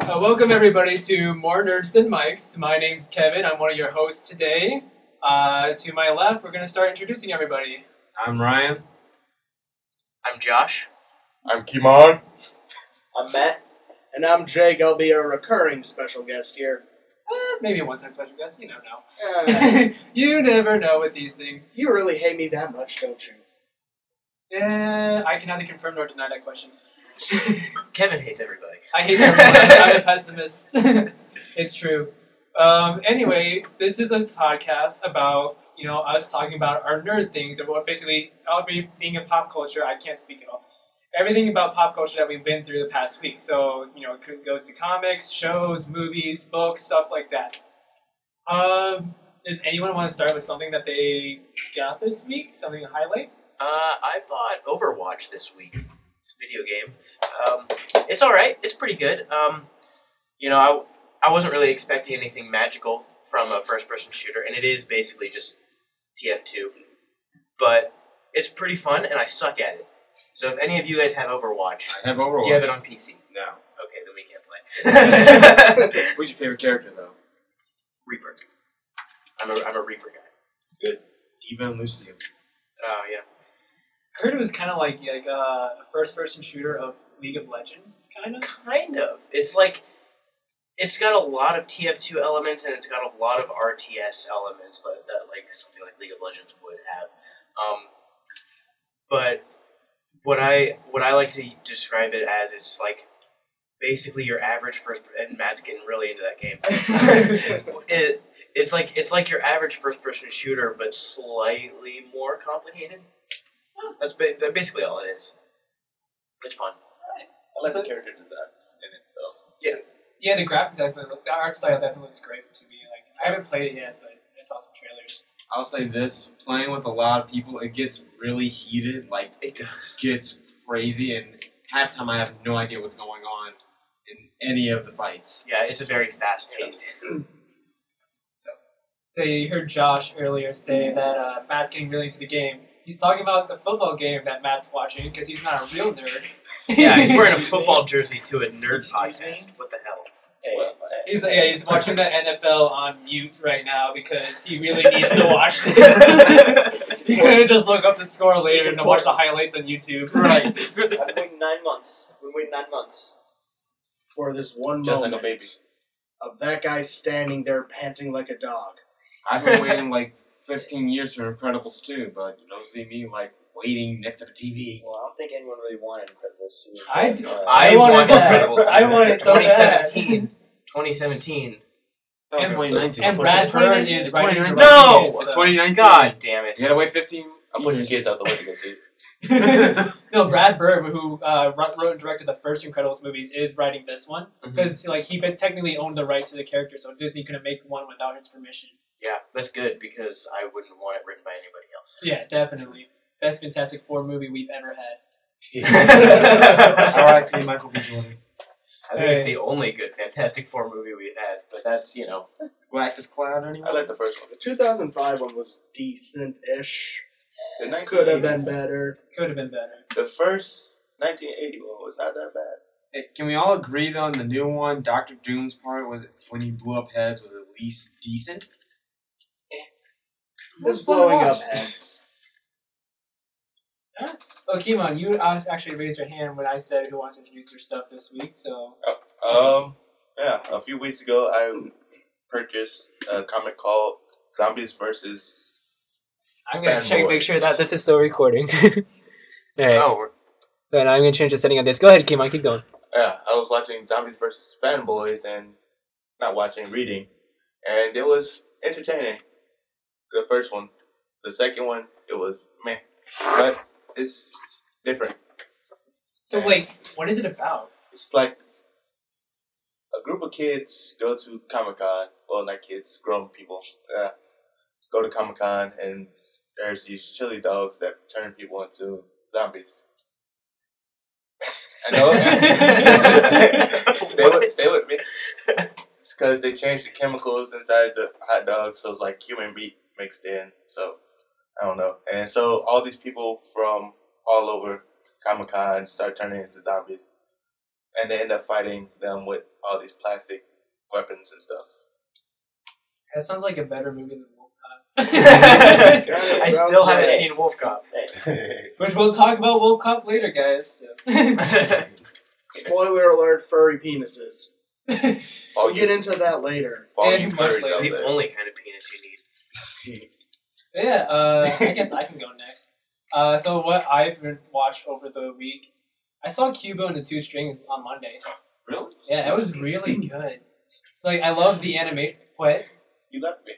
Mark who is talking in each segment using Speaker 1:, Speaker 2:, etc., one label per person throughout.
Speaker 1: Uh, welcome everybody to More Nerds Than Mics. My name's Kevin. I'm one of your hosts today. Uh, to my left, we're going to start introducing everybody.
Speaker 2: I'm Ryan.
Speaker 3: I'm Josh.
Speaker 4: I'm Kimon.
Speaker 5: I'm Matt. And I'm Jake. I'll be a recurring special guest here.
Speaker 1: Uh, maybe a one-time special guest. You never
Speaker 5: Uh,
Speaker 1: know. you never know with these things.
Speaker 5: you really hate me that much, don't you?
Speaker 1: Uh, I can neither confirm nor deny that question.
Speaker 3: Kevin hates everybody.
Speaker 1: I hate everyone. I'm a pessimist. it's true. Um, anyway, this is a podcast about you know us talking about our nerd things and what basically everything in pop culture. I can't speak at all. Everything about pop culture that we've been through the past week. So you know, it could- goes to comics, shows, movies, books, stuff like that. Um, does anyone want to start with something that they got this week? Something to highlight?
Speaker 3: Uh, I bought Overwatch this week. It's a video game. Um, it's all right. It's pretty good. Um, you know, I I wasn't really expecting anything magical from a first-person shooter, and it is basically just TF2. But it's pretty fun, and I suck at it. So if any of you guys have Overwatch,
Speaker 2: I have Overwatch.
Speaker 3: do you have it on PC?
Speaker 2: No.
Speaker 3: Okay, then we can't play.
Speaker 2: Who's your favorite character though?
Speaker 3: Reaper. I'm a, I'm a Reaper guy.
Speaker 2: Eva and Lucio.
Speaker 3: Oh yeah.
Speaker 1: I heard it was kind of like like uh, a first-person shooter of League of Legends, kind of.
Speaker 3: Kind of. It's like it's got a lot of TF2 elements and it's got a lot of RTS elements that, that like something like League of Legends would have. Um, but what I what I like to describe it as is like basically your average first and Matt's getting really into that game. it, it's like it's like your average first person shooter but slightly more complicated. That's ba- that's basically all it is. It's fun.
Speaker 4: I like the character designs in it though.
Speaker 1: Yeah, the graphics definitely look. The art style definitely looks great to me. Like I haven't played it yet, but I saw some trailers.
Speaker 2: I'll say this: playing with a lot of people, it gets really heated. Like
Speaker 3: It does.
Speaker 2: gets crazy, and half time I have no idea what's going on in any of the fights.
Speaker 3: Yeah, it's a very fast paced.
Speaker 1: So you heard Josh earlier say that uh, Matt's getting really into the game. He's talking about the football game that Matt's watching because he's not a real nerd.
Speaker 3: Yeah, he's wearing a
Speaker 1: Excuse me.
Speaker 3: football jersey to a nerd
Speaker 5: Excuse
Speaker 3: podcast. What the hell?
Speaker 4: Well,
Speaker 1: He's yeah, he's watching the NFL on mute right now because he really needs to watch this. he could have just look up the score
Speaker 5: It's
Speaker 1: later and watch the highlights on YouTube.
Speaker 2: Right.
Speaker 6: I've been waiting nine months. I've been waiting nine months.
Speaker 5: For this one
Speaker 4: Just like
Speaker 5: moment
Speaker 4: a baby.
Speaker 5: of that guy standing there panting like a dog.
Speaker 2: I've been waiting like 15 years for Incredibles 2, but you don't see me like waiting next to the TV.
Speaker 6: Well, I don't think anyone really wanted Incredibles 2.
Speaker 1: I do-
Speaker 6: Uh,
Speaker 3: I
Speaker 1: want
Speaker 3: want
Speaker 1: that.
Speaker 3: Incredibles two.
Speaker 1: I want it so bad.
Speaker 3: 2017. 2017.
Speaker 2: That was
Speaker 1: And-
Speaker 2: 2019.
Speaker 1: And
Speaker 2: What
Speaker 1: Brad
Speaker 2: is it?
Speaker 1: Bird is
Speaker 2: It's
Speaker 1: writing directing
Speaker 2: 2019.
Speaker 1: it,
Speaker 3: No!
Speaker 1: so-
Speaker 2: It's 2019.
Speaker 3: God damn it.
Speaker 2: You gotta wait 15.
Speaker 4: I'm pushing kids out the window. to see.
Speaker 1: no, Brad Bird, who uh, wrote wrote and directed the first Incredibles movies, is writing this one because like he bit- technically owned the right to the character, so Disney couldn't make one without his permission.
Speaker 3: Yeah, that's good because I wouldn't want it written by anybody else.
Speaker 1: Yeah, definitely. Best Fantastic Four movie we've ever had.
Speaker 3: I
Speaker 2: R.I.P. Michael B. Jordan.
Speaker 3: think it's
Speaker 1: Hey.
Speaker 3: the only good Fantastic Four movie we've had, but that's, you know.
Speaker 2: Galactus Cloud anymore?
Speaker 4: I like the first one.
Speaker 5: The 2005 one was decent-ish.
Speaker 4: The
Speaker 5: Could have been
Speaker 4: 1980s
Speaker 5: better.
Speaker 1: Could have been better.
Speaker 4: The first 1980 one was not that bad.
Speaker 2: Hey, Can we all agree though on the new one? Doctor Doom's part was when he blew up heads was at least decent.
Speaker 5: It was blowing up heads.
Speaker 1: Oh, Kimon, you uh, actually raised your hand when I said who wants to introduce their stuff this week. So
Speaker 4: Um, yeah, a few weeks ago I purchased a comic called Zombies versus.
Speaker 1: I'm
Speaker 4: gonna check- make sure that this
Speaker 1: is still recording. All
Speaker 3: Oh, we're-
Speaker 1: but I'm gonna change the setting on this. Go ahead, Kimon. Keep going.
Speaker 4: Yeah, I was watching Zombies versus Fanboys and not watching, reading, and it was entertaining. The first one, the second one, it was meh, but it's different.
Speaker 1: So wait, what is it about?
Speaker 4: it's like a group of kids go to Comic Con. Well, not kids, grown people. Yeah, go to Comic Con, and there's these chili dogs that turn people into zombies. I know. stay, with, stay with me. It's because they changed the chemicals inside the hot dogs, so it's like human meat mixed in. So I don't know. And so all these people from all over Comic Con start turning into zombies. and they end up fighting them with all these plastic weapons and stuff.
Speaker 1: That sounds like a better movie than Wolf Cop.
Speaker 3: I still
Speaker 5: Sounds
Speaker 3: haven't
Speaker 5: great.
Speaker 3: seen Wolf Cop.
Speaker 1: Which we'll talk about Wolf Cop later, guys.
Speaker 5: Spoiler alert: furry penises.
Speaker 4: all
Speaker 5: We'll get
Speaker 4: you,
Speaker 5: into that later.
Speaker 4: all
Speaker 1: Yeah,
Speaker 4: you
Speaker 1: much
Speaker 4: birds out
Speaker 1: later.
Speaker 3: the
Speaker 4: there.
Speaker 3: only kind of penis you need.
Speaker 1: Yeah, uh, I guess I can go next. Uh, so what I've been watched over the week, I saw Cubo and the Two Strings on Monday.
Speaker 2: Really?
Speaker 1: Yeah, it was really good. Like I love the animate. What?
Speaker 4: You left me.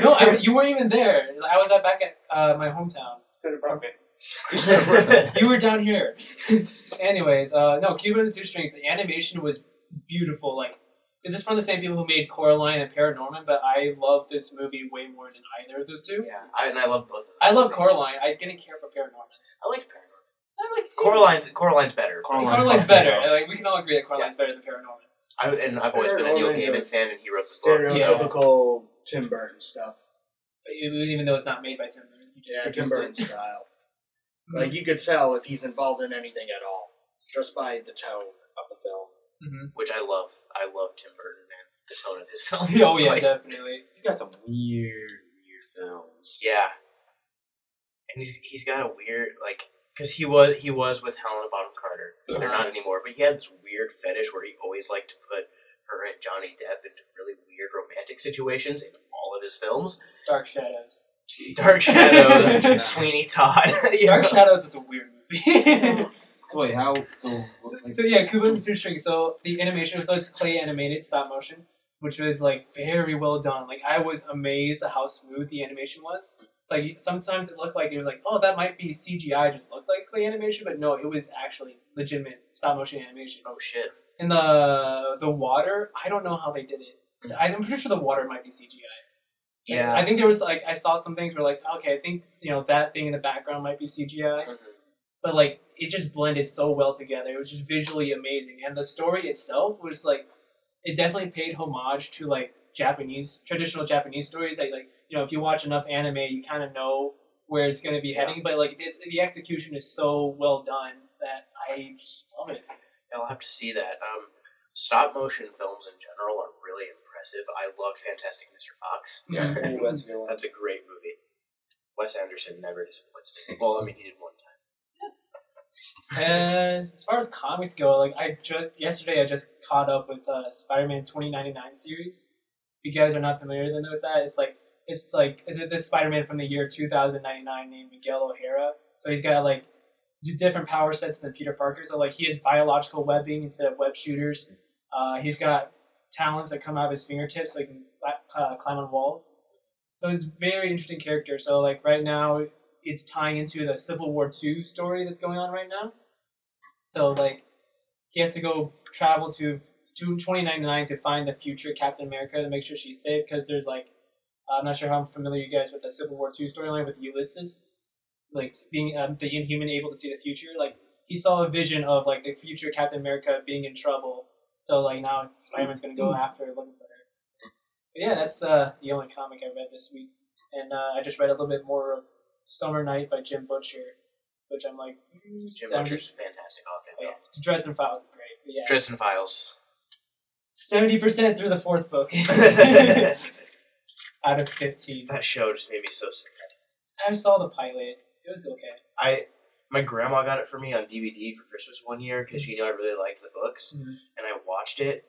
Speaker 1: No, I, you weren't even there. I was at back at uh, my hometown.
Speaker 4: could have brought me.
Speaker 1: you were down here. Anyways, uh, no, Cuba and the Two Strings. The animation was beautiful. Like, this is from the same people who made Coraline and Paranorman, but I love this movie way more than either of those two.
Speaker 3: Yeah, I, and I love both. of them.
Speaker 1: I love Coraline. I didn't care for Paranorman.
Speaker 3: I like
Speaker 1: I like
Speaker 3: Coraline's Coraline's better.
Speaker 2: Coraline.
Speaker 1: Coraline's
Speaker 2: Coraline's
Speaker 1: better.
Speaker 2: better.
Speaker 1: Like, we can all agree that Coraline's better than Paranorman.
Speaker 3: I, and I've always been a Neil
Speaker 5: Coraline
Speaker 3: Gaiman
Speaker 5: is
Speaker 3: fan, and he wrote the book.
Speaker 5: Stereotypical Tim Burton stuff.
Speaker 1: But e- even though it's not made by Tim Burton, he just
Speaker 5: Yeah, Tim
Speaker 1: produced
Speaker 5: Burton
Speaker 1: it.
Speaker 5: style. Like you could tell if he's involved in anything at all, just by the tone of the film.
Speaker 1: Mhm.
Speaker 3: which I love. I love Tim Burton and the tone of his films.
Speaker 1: Oh yeah,
Speaker 3: Like,
Speaker 1: definitely.
Speaker 2: He's got some weird, weird films.
Speaker 3: yeah. And he's he's got a weird like because he was he was with Helena Bonham Carter. They're not anymore, but he had this weird fetish where he always liked to put her and Johnny Depp into really weird romantic situations in all of his films.
Speaker 1: Dark Shadows.
Speaker 3: Dark Shadows, Sweeney Todd. yeah.
Speaker 1: Dark Shadows is a weird movie.
Speaker 2: So wait, how? So,
Speaker 1: So,
Speaker 2: like,
Speaker 1: so yeah, Kubo and the Two Strings. So the animation, so it's clay animated stop motion, which was like very well done. Like I was amazed at how smooth the animation was. It's like sometimes it looked like it was like, oh, that might be CGI, just looked like clay animation, but no, it was actually legitimate stop motion animation.
Speaker 3: Oh shit.
Speaker 1: And the the water, I don't know how they did it. I- I'm pretty sure the water might be CGI. I think there was like I saw some things where like okay, I think you know that thing in the background might be CGI
Speaker 3: Mhm.
Speaker 1: but like it just blended so well together. It was just visually amazing, and the story itself was like it definitely paid homage to like Japanese traditional Japanese stories. Like like you know if you watch enough anime, you kind of know where it's going to be heading. But like it's, the execution is so well done that I just love it.
Speaker 3: I'll have to see that. Um, stop motion films in general are really impressive. I loved Fantastic Mr. Fox.
Speaker 1: Yeah.
Speaker 6: Ooh, that's a good one.
Speaker 3: That's a great movie. Wes Anderson never disappoints. me. Well, I mean, he did one time.
Speaker 1: And as far as comics go, like I just yesterday I just caught up with uh, Spider-Man 2099 series. If you guys are not familiar then with that, it's like it's like is it this Spider-Man from the year 2099 named Miguel O'Hara? So he's got like d- different power sets than Peter Parker. So like he has biological webbing instead of web shooters. Uh, he's got talents that come out of his fingertips, so he can cli- uh, climb on walls. So he's a very interesting character. So like right now, it's tying into the Civil War II story that's going on right now. So like he has to go travel to to 2099 to find the future Captain America to make sure she's safe because there's like I'm not sure how familiar you guys with the Civil War II storyline with Ulysses, like being um, the Inhuman able to see the future. Like he saw a vision of like the future Captain America being in trouble. So like now Spider-Man's gonna go after her, looking for her. But yeah, that's uh, the only comic I read this week, and uh, I just read a little bit more of Summer Night by Jim Butcher, which I'm like mm,
Speaker 3: Jim
Speaker 1: 70
Speaker 3: Butcher's a fantastic author.
Speaker 1: Oh, yeah.
Speaker 3: Yeah.
Speaker 1: Dresden Files is great. But yeah.
Speaker 3: Dresden Files.
Speaker 1: Seventy percent through the fourth book
Speaker 3: that
Speaker 1: out of fifteen.
Speaker 3: show just made me so sick.
Speaker 1: I saw the pilot. It was okay.
Speaker 3: I my grandma got it for me on DVD for Christmas one year because she knew I really liked the books,
Speaker 1: Mhm.
Speaker 3: and I watched it,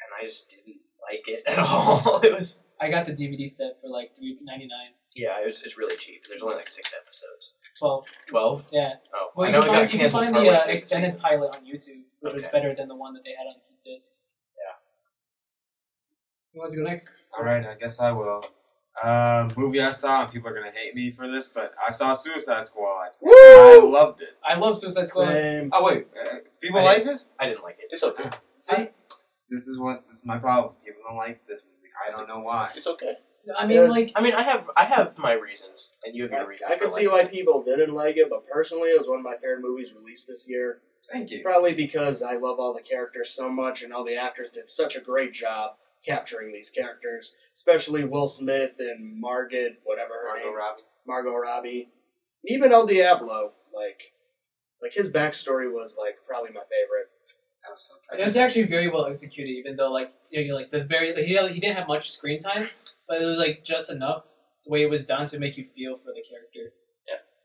Speaker 3: and I just didn't like it at all. it was
Speaker 1: I got the DVD set for like three ninety nine.
Speaker 3: yeah, it was, it's really cheap. There's only like six episodes.
Speaker 1: Twelve.
Speaker 3: Twelve.
Speaker 1: Yeah.
Speaker 3: Oh,
Speaker 1: Well
Speaker 3: I
Speaker 1: you
Speaker 3: know
Speaker 1: can
Speaker 3: it got
Speaker 1: find, you can
Speaker 3: canceled
Speaker 1: find the
Speaker 3: partway
Speaker 1: uh,
Speaker 3: through
Speaker 1: extended
Speaker 3: season.
Speaker 1: pilot on YouTube, which was
Speaker 3: Okay.
Speaker 1: better than the one that they had on the disc.
Speaker 3: Yeah.
Speaker 1: Who wants to go next?
Speaker 2: all right, I guess I will. Um, movie I saw, and people are gonna hate me for this, but I saw Suicide Squad. I loved it.
Speaker 1: I love Suicide Squad.
Speaker 5: Same.
Speaker 2: Oh wait, uh, people
Speaker 3: I-
Speaker 2: like this?
Speaker 3: I didn't like it.
Speaker 4: It's okay.
Speaker 2: See, this is what this is my problem. People don't like this movie. I don't know why.
Speaker 4: It's okay.
Speaker 1: I mean,
Speaker 5: Yes.
Speaker 1: like,
Speaker 3: I mean, I have I have my reasons, and you have your reasons.
Speaker 5: I, I
Speaker 3: for
Speaker 5: could see why
Speaker 3: liking
Speaker 5: people didn't like it, but personally, it was one of my favorite movies released this year.
Speaker 2: Thank you.
Speaker 5: Probably because I love all the characters so much, and all the actors did such a great job capturing these characters, especially Will Smith and Margaret, whatever her name,
Speaker 2: Margot Robbie.
Speaker 5: Margot Robbie, even El Diablo. Like Like his backstory was like probably my favorite.
Speaker 2: That was so-
Speaker 1: It was actually very well executed, even though like you know, like the very like, he he didn't have much screen time, but it was like just enough the way it was done to make you feel for the character.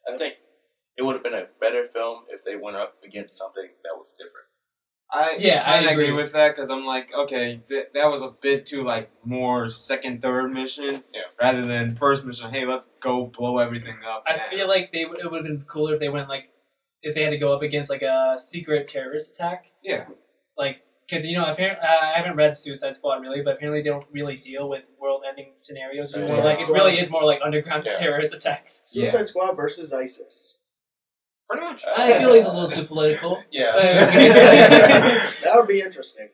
Speaker 4: I think it would have been a better film if they went up against something that was different.
Speaker 2: I
Speaker 1: Yeah, I
Speaker 2: kinda agree.
Speaker 1: agree.
Speaker 2: with that because I'm like, okay, th- that was a bit too like more second, third mission,
Speaker 4: Yeah.
Speaker 2: rather than first mission. Hey, let's go blow everything up.
Speaker 1: I feel like they it would have been cooler if they went like if they had to go up against like a secret terrorist attack.
Speaker 2: Yeah.
Speaker 1: Like because you know apparently I haven't read Suicide Squad really, but apparently they don't really deal with world-ending scenarios. It's more
Speaker 5: Suicide
Speaker 1: like it
Speaker 5: Squad.
Speaker 1: really is more like underground
Speaker 4: Yeah.
Speaker 1: terrorist attacks.
Speaker 5: Suicide Squad versus ISIS.
Speaker 2: pretty much.
Speaker 1: I feel he's a little too political.
Speaker 4: Yeah.
Speaker 5: That would be interesting.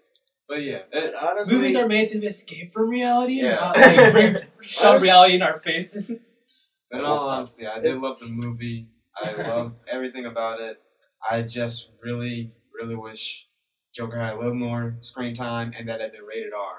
Speaker 2: But yeah, it-
Speaker 5: But honestly,
Speaker 1: Movies are made to escape from reality,
Speaker 4: Yeah.
Speaker 1: not like, bring, shove reality in our faces.
Speaker 2: in all honesty, I did love the movie. I love everything about it. I just really, really wish Joker had a little more screen time and that it been rated R.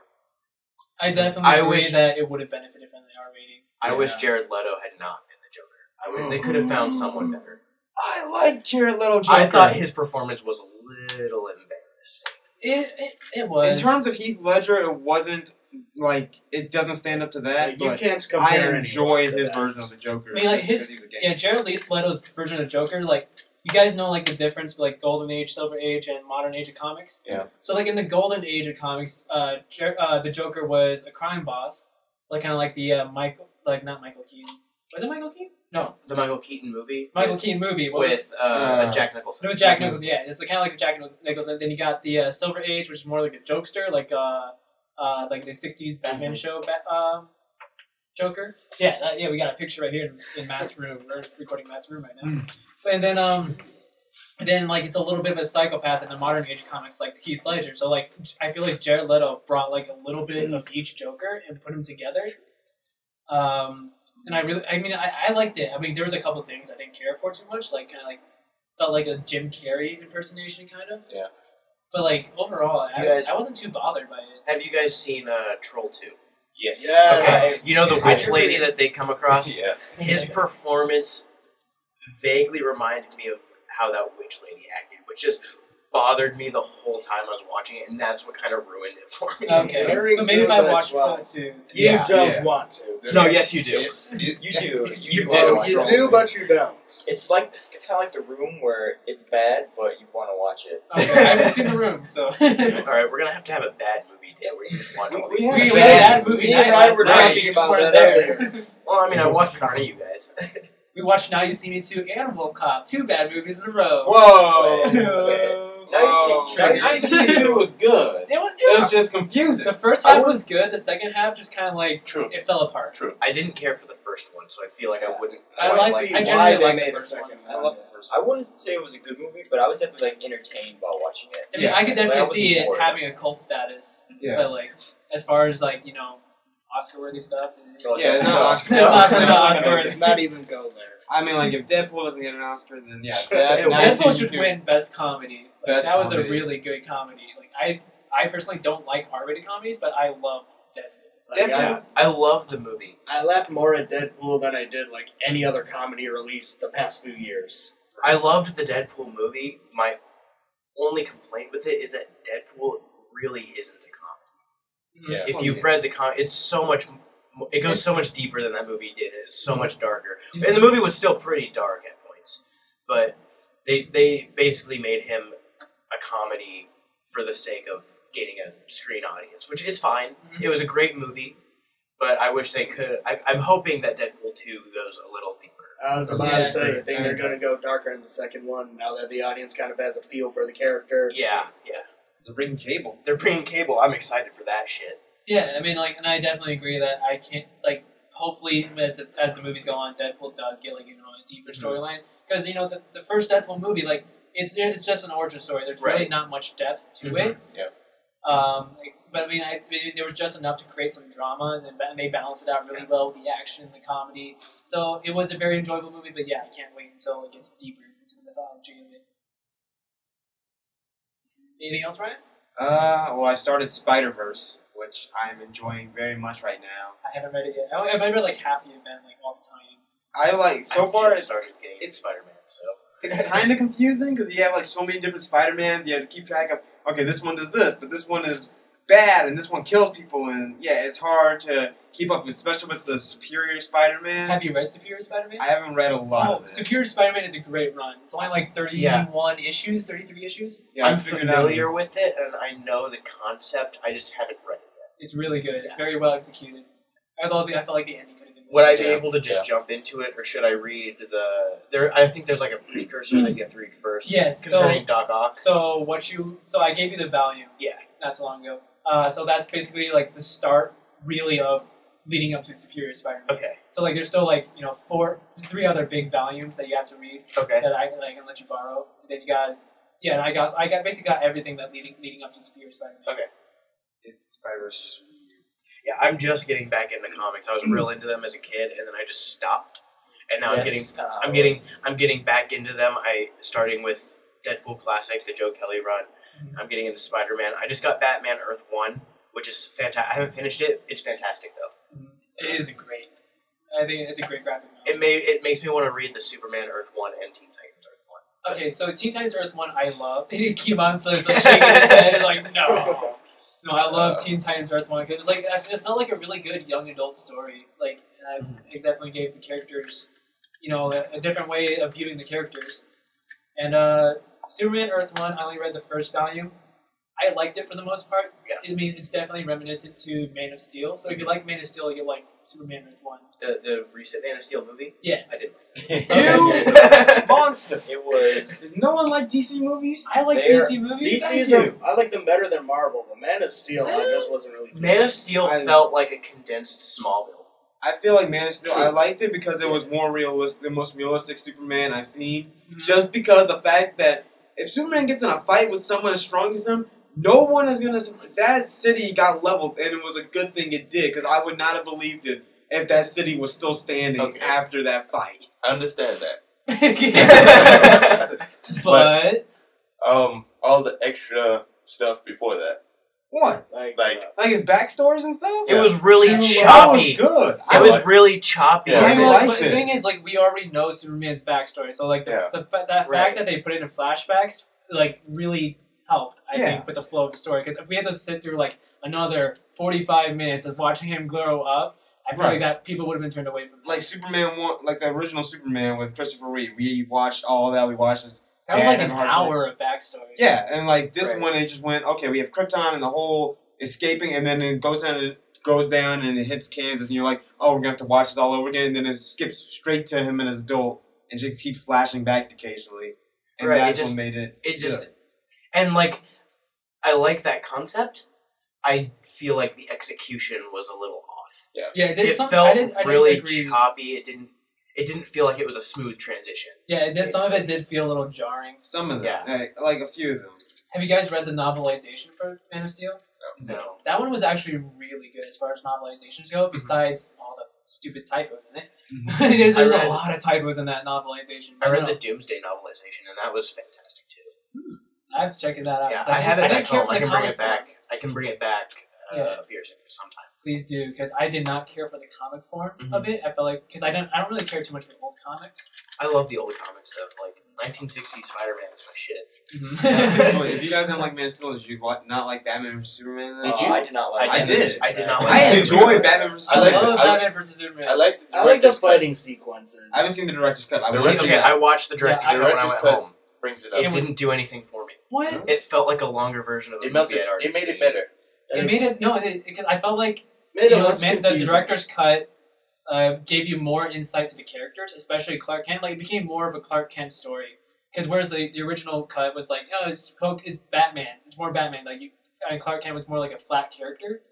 Speaker 1: I definitely
Speaker 3: I
Speaker 1: agree
Speaker 3: wish-
Speaker 1: that it would have benefited from the R rating.
Speaker 3: I wish
Speaker 1: Yeah.
Speaker 3: Jared Leto had not been the Joker. I wish they could have found someone better.
Speaker 2: I like Jared Little
Speaker 3: I thought his performance was a little embarrassing.
Speaker 1: It, it, it was.
Speaker 2: in terms of Heath Ledger, it wasn't like it doesn't stand up to that.
Speaker 5: like, you
Speaker 2: but
Speaker 5: can't compare.
Speaker 2: I
Speaker 5: anyone
Speaker 2: enjoyed
Speaker 5: to
Speaker 2: his
Speaker 5: that.
Speaker 2: version of the Joker.
Speaker 1: I mean, like, his-
Speaker 2: just because he was a
Speaker 1: Yeah,
Speaker 2: gangster.
Speaker 1: Jared Le- Leto's version of Joker, like, you guys know, like, the difference, like, Golden Age, Silver Age, and Modern Age of comics?
Speaker 4: Yeah.
Speaker 1: So, like, in the Golden Age of comics, uh, Jer- uh the Joker was a crime boss, like, kind of like the, uh, Michael, like, not Michael Keaton. Was it Michael Keaton? No,
Speaker 3: The Michael Keaton movie
Speaker 1: Michael
Speaker 3: with,
Speaker 1: Keaton movie. What was-
Speaker 3: with uh,
Speaker 2: Uh,
Speaker 3: Jack Nicholson.
Speaker 1: No, Jack Nicholson. Yeah, it's kind of like the Jack Nich- Nicholson. Then you got the uh, Silver Age, which is more like a jokester, like uh, uh, like the '60s Batman show, ba- um, Joker. Yeah, that, yeah, we got a picture right here in, in Matt's room. We're recording Matt's room right now. and then, um, and then like it's a little bit of a psychopath in the modern age comics, like Heath Ledger. So like I feel like Jared Leto brought like a little bit of each Joker and put them together. Um, and I really, I mean, I, I liked it. I mean, there was a couple things I didn't care for too much, like kind of like felt like a Jim Carrey impersonation, kind of.
Speaker 4: Yeah.
Speaker 1: But like overall, I,
Speaker 3: You guys-
Speaker 1: I wasn't too bothered by it.
Speaker 3: Have you guys seen uh, Troll Two?
Speaker 4: yes.
Speaker 5: Yes.
Speaker 3: You know the
Speaker 5: I
Speaker 3: witch
Speaker 5: agree.
Speaker 3: lady that they come across.
Speaker 4: Yeah.
Speaker 3: His performance vaguely reminded me of how that witch lady acted, which just bothered me the whole time I was watching it, and that's what kind of ruined it for me.
Speaker 1: Okay,
Speaker 5: Very
Speaker 1: so maybe if I
Speaker 5: Suicide
Speaker 1: watched
Speaker 5: Squad.
Speaker 1: Troll two,
Speaker 5: You
Speaker 3: Yeah.
Speaker 5: don't
Speaker 2: Yeah.
Speaker 5: want to.
Speaker 3: No, yes, you do.
Speaker 4: Yes.
Speaker 6: You, you do.
Speaker 3: You
Speaker 5: Well,
Speaker 3: do.
Speaker 5: you do, but you don't.
Speaker 6: It's like it's kind of like the room where it's bad, but you want to watch it.
Speaker 1: okay, I haven't seen the room, so
Speaker 3: All right, we're gonna have to have a bad movie day where you just watch all these.
Speaker 2: We-
Speaker 1: we,
Speaker 2: we
Speaker 1: we
Speaker 2: had-
Speaker 1: had movie
Speaker 5: me
Speaker 1: night
Speaker 5: and I
Speaker 1: last
Speaker 5: were
Speaker 1: night,
Speaker 5: talking
Speaker 1: you just
Speaker 5: about
Speaker 1: weren't
Speaker 5: that
Speaker 1: there.
Speaker 5: earlier.
Speaker 3: well, I mean, I watched none of you guys.
Speaker 1: We watched Now You See Me Too and Wolf Cop, two bad movies in a row.
Speaker 2: Whoa!
Speaker 1: it
Speaker 6: Now you
Speaker 2: Whoa.
Speaker 6: see,
Speaker 1: Trevor-
Speaker 6: now
Speaker 2: Like,
Speaker 6: you
Speaker 1: I
Speaker 6: see
Speaker 1: see
Speaker 2: Ice Age Two was good.
Speaker 1: was,
Speaker 2: It
Speaker 1: it
Speaker 2: was
Speaker 1: was
Speaker 2: just confusing.
Speaker 1: the first
Speaker 6: I
Speaker 1: half
Speaker 6: would-
Speaker 1: was good. The second half just kind of like
Speaker 4: True.
Speaker 1: it fell apart.
Speaker 3: I didn't care for the first one, so I feel like I wouldn't.
Speaker 1: I
Speaker 6: I
Speaker 3: quite
Speaker 1: like,
Speaker 6: see
Speaker 1: I
Speaker 6: why
Speaker 1: generally
Speaker 5: they
Speaker 1: like
Speaker 5: made
Speaker 1: the
Speaker 5: a
Speaker 1: first
Speaker 5: second
Speaker 1: one.
Speaker 5: half.
Speaker 2: I love the first.
Speaker 6: I wouldn't say it was a good movie, but I was definitely like entertained while watching it.
Speaker 1: I mean,
Speaker 2: Yeah.
Speaker 1: I could
Speaker 6: Well,
Speaker 1: definitely
Speaker 6: that
Speaker 1: see
Speaker 6: wasn't
Speaker 1: it
Speaker 6: boring.
Speaker 1: having a cult status,
Speaker 2: Yeah.
Speaker 1: but like as far as like you know, Oscar-worthy stuff. and-
Speaker 6: Well,
Speaker 2: Yeah, it's not Oscar.
Speaker 1: It's not really Oscar.
Speaker 5: Let's not even go there.
Speaker 2: I mean, like if Deadpool doesn't get an Oscar, then yeah,
Speaker 1: That,
Speaker 2: that,
Speaker 1: Deadpool
Speaker 2: now you see me
Speaker 1: should
Speaker 2: too.
Speaker 1: win best comedy. Like,
Speaker 2: Best
Speaker 1: that was
Speaker 2: comedy.
Speaker 1: a really good comedy. Like I, I personally don't like R-rated comedies, but I love Deadpool.
Speaker 5: Like, I,
Speaker 2: Deadpool.
Speaker 3: I love the movie.
Speaker 5: I laughed more at Deadpool than I did like any other comedy release the past few years.
Speaker 3: I loved the Deadpool movie. My only complaint with it is that Deadpool really isn't a
Speaker 4: Yeah.
Speaker 3: comedy.
Speaker 2: Oh,
Speaker 3: If you've
Speaker 2: yeah.
Speaker 3: read the comic, it's so much. m- It goes so
Speaker 1: It's-
Speaker 3: much deeper than that movie did. It's so
Speaker 6: Mm-hmm.
Speaker 3: much darker,
Speaker 1: He's-
Speaker 3: and the movie was still pretty dark at points. But they they basically made him a comedy for the sake of getting a screen audience, which is fine.
Speaker 1: Mhm.
Speaker 3: It was a great movie, but I wish they could. I, I'm hoping that Deadpool two goes a little deeper.
Speaker 5: I was about
Speaker 1: Yeah.
Speaker 5: to say, I think they're going to go darker in the second one now that the audience kind of has a feel for the character.
Speaker 3: Yeah, yeah.
Speaker 2: It's a ring cable.
Speaker 3: They're bringing Cable. I'm excited for that shit.
Speaker 1: Yeah, I mean, like, and I definitely agree that I can't, like, hopefully as the, as the movies go on, Deadpool does get like you know a deeper
Speaker 2: Mhm.
Speaker 1: storyline because you know the, the first Deadpool movie, like, it's it's just an origin story. There's really
Speaker 3: Right.
Speaker 1: not much depth to
Speaker 2: Mhm.
Speaker 1: it. Um, it's- but I mean, I, maybe there was just enough to create some drama, and then ba- they balanced it out really well with the action and the comedy. So it was a very enjoyable movie. But yeah, I can't wait until it gets deeper into the mythology of it. Anything else, Ryan?
Speaker 2: Uh, well, I started Spider Verse, which I am enjoying very much right now.
Speaker 1: I haven't read it yet. I, I've read like half the event, like all the tie-ins.
Speaker 2: I like so
Speaker 3: I
Speaker 2: far.
Speaker 3: just
Speaker 2: It's,
Speaker 3: started getting
Speaker 2: it's-
Speaker 3: Spider Man. So
Speaker 2: it's kind of confusing because you have like so many different Spider Mans. You have to keep track of. Okay, this one does this, but this one is bad, and this one kills people, and yeah, it's hard to keep up, especially with the Superior Spider Man.
Speaker 1: Have you read Superior Spider-Man?
Speaker 2: I haven't read a lot
Speaker 1: oh,
Speaker 2: of it.
Speaker 1: Superior Spider-Man is a great run. It's only like 31 issues, 33 issues.
Speaker 2: yeah, I
Speaker 3: I'm
Speaker 2: figured out it
Speaker 3: familiar
Speaker 2: was-
Speaker 3: with it and I know the concept. I just haven't read it yet.
Speaker 1: It's really good. It's very well executed. I love the. I felt like the ending could have been.
Speaker 3: Would I be
Speaker 4: Yeah,
Speaker 3: able to just
Speaker 4: yeah.
Speaker 3: jump into it, or should I read the there? I think there's like a precursor that you have to read first.
Speaker 1: Yes, so-
Speaker 3: concerning Doc Ock.
Speaker 1: So what you? So I gave you the value.
Speaker 3: Yeah.
Speaker 1: Not so long ago. Uh, so that's basically like the start, really, of leading up to Superior Spider-Man.
Speaker 3: Okay.
Speaker 1: So like, there's still like you know four, three other big volumes that you have to read
Speaker 3: Okay.
Speaker 1: that I can like can let you borrow. Then you got. Yeah, and I got I got basically got everything that leading leading up to Superior Spider-Man.
Speaker 2: Spider Verse is weird.
Speaker 3: Yeah, I'm just getting back into comics. I was real into them as a kid, and then I just stopped. And now I'm getting, I'm getting, I'm getting back into them. I starting with Deadpool Classic, the Joe Kelly run. I'm getting into Spider Man. I just got Batman Earth One, which is fantastic. I haven't finished it. It's fantastic though.
Speaker 1: It is a great. I think it's a great graphic novel.
Speaker 3: It may, it makes me want to read the Superman Earth One and Teen Titans Earth One.
Speaker 1: Okay, so Teen Titans Earth One, I love. Kimon says like, shaking his head like no, no. I
Speaker 2: Uh.
Speaker 1: love Teen Titans Earth One because it's like it felt like a really good young adult story. Like and
Speaker 2: Mm-hmm.
Speaker 1: I, it definitely gave the characters, you know, a, a different way of viewing the characters. And uh, Superman Earth One, I only read the first volume. I liked it for the most part. I mean, it's definitely reminiscent to Man of Steel. So if you like Man of Steel, you like Superman Earth One.
Speaker 3: The the recent Man of Steel movie.
Speaker 1: Yeah.
Speaker 3: I did.
Speaker 2: Monster.
Speaker 6: It was.
Speaker 2: Does no one like DC movies?
Speaker 1: I like
Speaker 6: They're-
Speaker 1: DC movies.
Speaker 5: DC's
Speaker 1: I do.
Speaker 5: are- I like them better than Marvel, but Man of Steel, I just wasn't really.
Speaker 3: Man of Steel
Speaker 2: I-
Speaker 3: felt like a condensed Smallville.
Speaker 2: I feel like Man of Steel.
Speaker 5: True.
Speaker 2: I liked it because it was more realistic, the most realistic Superman I've seen.
Speaker 3: Mm-hmm.
Speaker 1: Mhm.
Speaker 2: Just because the fact that if Superman gets in a fight with someone as strong as him, no one is gonna. That city got leveled, and it was a good thing it did because I would not have believed it if that city was still standing
Speaker 4: Okay.
Speaker 2: after that fight.
Speaker 4: I understand that.
Speaker 1: But- but
Speaker 4: um, all the extra stuff before that,
Speaker 2: What?
Speaker 5: Like,
Speaker 4: like
Speaker 5: uh,
Speaker 2: Like his backstories and stuff.
Speaker 3: It was really
Speaker 1: That was
Speaker 3: choppy.
Speaker 2: That was good.
Speaker 4: I
Speaker 2: I
Speaker 3: it
Speaker 2: was.
Speaker 3: was really choppy.
Speaker 4: Yeah.
Speaker 1: Yeah,
Speaker 2: I
Speaker 1: but,
Speaker 2: like
Speaker 1: but the
Speaker 2: it.
Speaker 1: thing is, like, we already know Superman's backstory, so like the,
Speaker 4: Yeah.
Speaker 1: the fa- that
Speaker 3: Right.
Speaker 1: fact that they put it in flashbacks, like, really helped. I
Speaker 2: Yeah.
Speaker 1: think with the flow of the story, because if we had to sit through like another forty-five minutes of watching him grow up, I feel
Speaker 2: Right.
Speaker 1: like that people would have been turned away from. it.
Speaker 2: Like Superman one, like the original Superman with Christopher Reeve. We watched all that. We watched his
Speaker 1: that was
Speaker 2: Yeah,
Speaker 1: like
Speaker 2: and
Speaker 1: an
Speaker 2: hard to-
Speaker 1: hour of backstory.
Speaker 2: Yeah, and like this
Speaker 6: Right.
Speaker 2: one, it just went okay. We have Krypton and the whole escaping, and then it goes down and goes down and it hits Kansas, and you're like, oh, we're gonna have to watch this all over again. And then it skips straight to him and his adult, and just keeps flashing back occasionally. And
Speaker 3: Right, it
Speaker 2: that's
Speaker 3: just-
Speaker 2: what made it.
Speaker 3: It just and like I like that concept. I feel like the execution was a little off.
Speaker 1: yeah. It, did
Speaker 3: it
Speaker 1: some,
Speaker 3: felt
Speaker 1: I did, I didn't
Speaker 3: really
Speaker 1: agree.
Speaker 3: choppy. It didn't. It didn't feel like it was a smooth transition.
Speaker 1: Yeah, it did, some of it did feel a little jarring.
Speaker 2: Some of them,
Speaker 3: Yeah.
Speaker 2: like, like a few of them.
Speaker 1: Have you guys read the novelization for Man of Steel?
Speaker 3: No.
Speaker 1: That one was actually really good as far as novelizations go, besides all the stupid typos in it. there's there's
Speaker 3: I read-
Speaker 1: a lot of typos in that novelization.
Speaker 3: I read
Speaker 1: don't
Speaker 3: the
Speaker 1: know.
Speaker 3: Doomsday novelization, and that was fantastic too.
Speaker 1: I have to check that out.
Speaker 3: yeah,
Speaker 1: 'cause Uh, I,
Speaker 3: I
Speaker 1: didn't-
Speaker 3: have it
Speaker 1: I
Speaker 3: back
Speaker 1: didn't care
Speaker 3: home.
Speaker 1: for
Speaker 3: I
Speaker 1: the
Speaker 3: can bring
Speaker 1: comic
Speaker 3: it back. I can bring it back. Uh,
Speaker 1: Yeah.
Speaker 3: Pearson for some time.
Speaker 1: form. Please do, because I did not care for the comic form
Speaker 3: Mhm.
Speaker 1: of it. I felt like because I don't, I don't really care too much for old comics.
Speaker 3: I love the old comics though. Like 1960 Spider-Man is my shit.
Speaker 4: Mm-hmm.
Speaker 2: Well, if you guys don't like Man of Steel, did you like, not like Batman vs Superman? Then?
Speaker 4: Did
Speaker 6: Oh,
Speaker 4: you?
Speaker 6: I did not like.
Speaker 2: I
Speaker 6: that.
Speaker 2: did.
Speaker 3: I did not like
Speaker 2: I
Speaker 3: that.
Speaker 2: enjoy Batman vs
Speaker 1: I,
Speaker 4: I
Speaker 2: Superman.
Speaker 4: liked
Speaker 1: love
Speaker 4: it. I-
Speaker 1: Batman versus Superman.
Speaker 4: I liked.
Speaker 5: I like the
Speaker 4: director's cut.
Speaker 5: fighting sequences.
Speaker 2: I haven't seen the director's cut. I
Speaker 4: The
Speaker 2: was
Speaker 4: rest of
Speaker 3: okay,
Speaker 4: it-
Speaker 3: I watched the director's
Speaker 1: Yeah,
Speaker 4: The
Speaker 3: cut when I
Speaker 4: director's
Speaker 3: went
Speaker 4: cut
Speaker 3: home.
Speaker 4: brings it up.
Speaker 3: It,
Speaker 4: It,
Speaker 1: was-
Speaker 3: didn't do anything for me.
Speaker 1: what?
Speaker 3: It felt like a longer version of the
Speaker 4: melted.
Speaker 3: movie I'd already
Speaker 4: It made
Speaker 3: seen.
Speaker 4: it better.
Speaker 1: It made it no, because I felt like
Speaker 5: made
Speaker 1: you
Speaker 5: it
Speaker 1: know,
Speaker 5: less
Speaker 1: man, the
Speaker 5: confusing.
Speaker 1: director's cut uh, gave you more insight to the characters, especially Clark Kent. Like it became more of a Clark Kent story. Because whereas the, the original cut was like, oh, it's folk, it's Batman, it's more Batman. Like you, and Clark Kent was more like a flat character.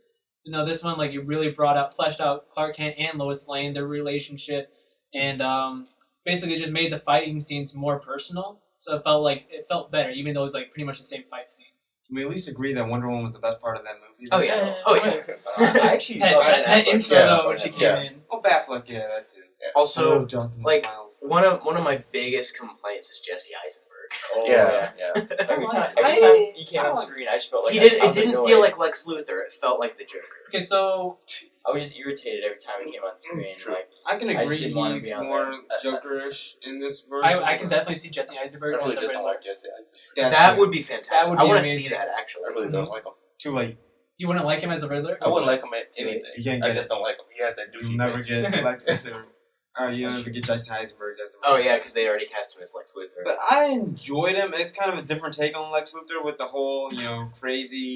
Speaker 1: You know, this one like you really brought out, fleshed out Clark Kent and Lois Lane, their relationship, and um, basically just made the fighting scenes more personal. So it felt like it felt better, even though it was like pretty much the same fight scenes.
Speaker 2: Can we at least agree that Wonder Woman was the best part of that movie?
Speaker 3: Oh yeah. Oh yeah.
Speaker 6: I actually
Speaker 1: That,
Speaker 6: thought
Speaker 1: that, that
Speaker 6: Affleck
Speaker 1: intro
Speaker 6: was
Speaker 4: yeah.
Speaker 1: though, when she
Speaker 6: Batman.
Speaker 1: came
Speaker 4: Yeah.
Speaker 1: in,
Speaker 2: Oh, Batfleck, yeah, that too.
Speaker 3: Also,
Speaker 2: Jonathan
Speaker 3: like,
Speaker 2: Smiley.
Speaker 3: one of one of my biggest complaints is Jesse Eisenberg.
Speaker 4: Oh,
Speaker 6: Yeah.
Speaker 4: yeah.
Speaker 6: Every
Speaker 2: I
Speaker 6: time,
Speaker 2: like-
Speaker 6: every
Speaker 1: I-
Speaker 6: time he came
Speaker 2: I
Speaker 6: on
Speaker 2: like-
Speaker 6: screen, I just felt like
Speaker 3: he
Speaker 6: I,
Speaker 3: did.
Speaker 6: I
Speaker 3: It
Speaker 6: was
Speaker 3: didn't
Speaker 6: annoyed.
Speaker 3: feel like Lex Luthor. It felt like the Joker.
Speaker 1: Okay, so
Speaker 6: I was just irritated every time he came on screen.
Speaker 4: True.
Speaker 6: Like,
Speaker 2: I can
Speaker 6: I
Speaker 2: agree
Speaker 6: did wanna
Speaker 2: he's
Speaker 6: be on
Speaker 2: more
Speaker 6: there. Uh,
Speaker 2: Jokerish in this version.
Speaker 1: I, I can definitely see Jesse
Speaker 4: I
Speaker 1: Eisenberg as
Speaker 4: really
Speaker 1: the Riddler.
Speaker 4: dislike Jesse. I-
Speaker 2: That's
Speaker 3: that
Speaker 2: it.
Speaker 3: would be fantastic.
Speaker 1: would
Speaker 3: I
Speaker 1: be
Speaker 3: want to
Speaker 1: amazing.
Speaker 3: see that actually.
Speaker 4: I really don't like him.
Speaker 2: too late.
Speaker 1: You wouldn't like him as a Riddler?
Speaker 4: I wouldn't like him at anything.
Speaker 2: You can't
Speaker 4: I
Speaker 2: get
Speaker 4: just don't like him. He has that douchey
Speaker 2: You'll never
Speaker 4: face.
Speaker 2: get Lex Luthor. Or you never get Jason Heisenberg as a
Speaker 3: Oh yeah, because they already cast him as Lex Luthor.
Speaker 2: But I enjoyed him. It's kind of a different take on Lex Luthor with the whole, you know,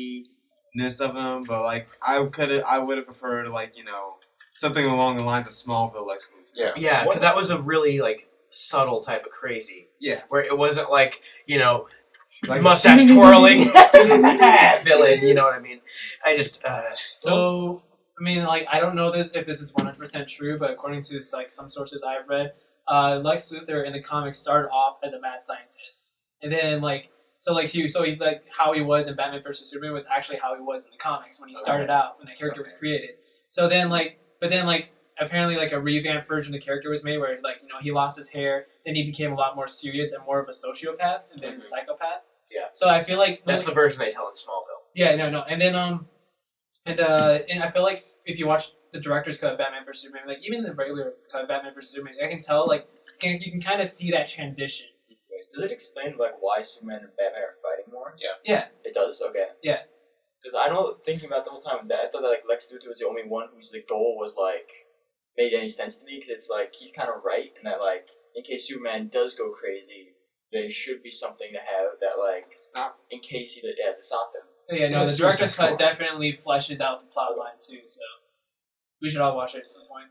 Speaker 2: craziness of him. But like, I could, have I would have preferred like, you know, something along the lines of Smallville Lex Luthor.
Speaker 4: Yeah.
Speaker 3: yeah,
Speaker 6: What-
Speaker 3: because that was a really like subtle type of crazy.
Speaker 2: Yeah.
Speaker 3: where it wasn't like you know
Speaker 2: Like-
Speaker 3: mustache twirling villain. You know what I mean? I just uh,
Speaker 1: So, I mean, like, I don't know this if this is 100% true, but according to like some sources I've read, uh, Lex Luthor in the comics started off as a mad scientist, and then like, so like he, so he like how he was in Batman vs Superman was actually how he was in the comics when he started out when that character was
Speaker 3: Okay.
Speaker 1: created. So then like, but then like. Apparently, like a revamped version of the character was made, where like you know he lost his hair, then he became a lot more serious and more of a sociopath, and then a
Speaker 3: Mhm.
Speaker 1: psychopath.
Speaker 3: Yeah.
Speaker 1: So I feel like
Speaker 3: that's the version they tell in Smallville.
Speaker 1: yeah, no, no, and then um, and uh, and I feel like if you watch the director's cut of Batman vs Superman, like even the regular cut of Batman vs Superman, I can tell like can, you can kind of see that transition.
Speaker 6: does it explain like why Superman and Batman are fighting more?
Speaker 4: Yeah.
Speaker 1: Yeah.
Speaker 6: It does. Okay.
Speaker 1: Yeah.
Speaker 6: Because I know, thinking about the whole time that I thought that like Lex Luthor was the only one whose the goal was like made any sense to me because it's like he's kind of right in that like in case Superman does go crazy, there should be something to have that like
Speaker 2: Stop.
Speaker 6: in case he yeah to stop him.
Speaker 1: Yeah, no, the
Speaker 2: Suicide
Speaker 1: director's
Speaker 2: Squad.
Speaker 1: cut definitely fleshes out the plot line too, so we should all watch it at some point.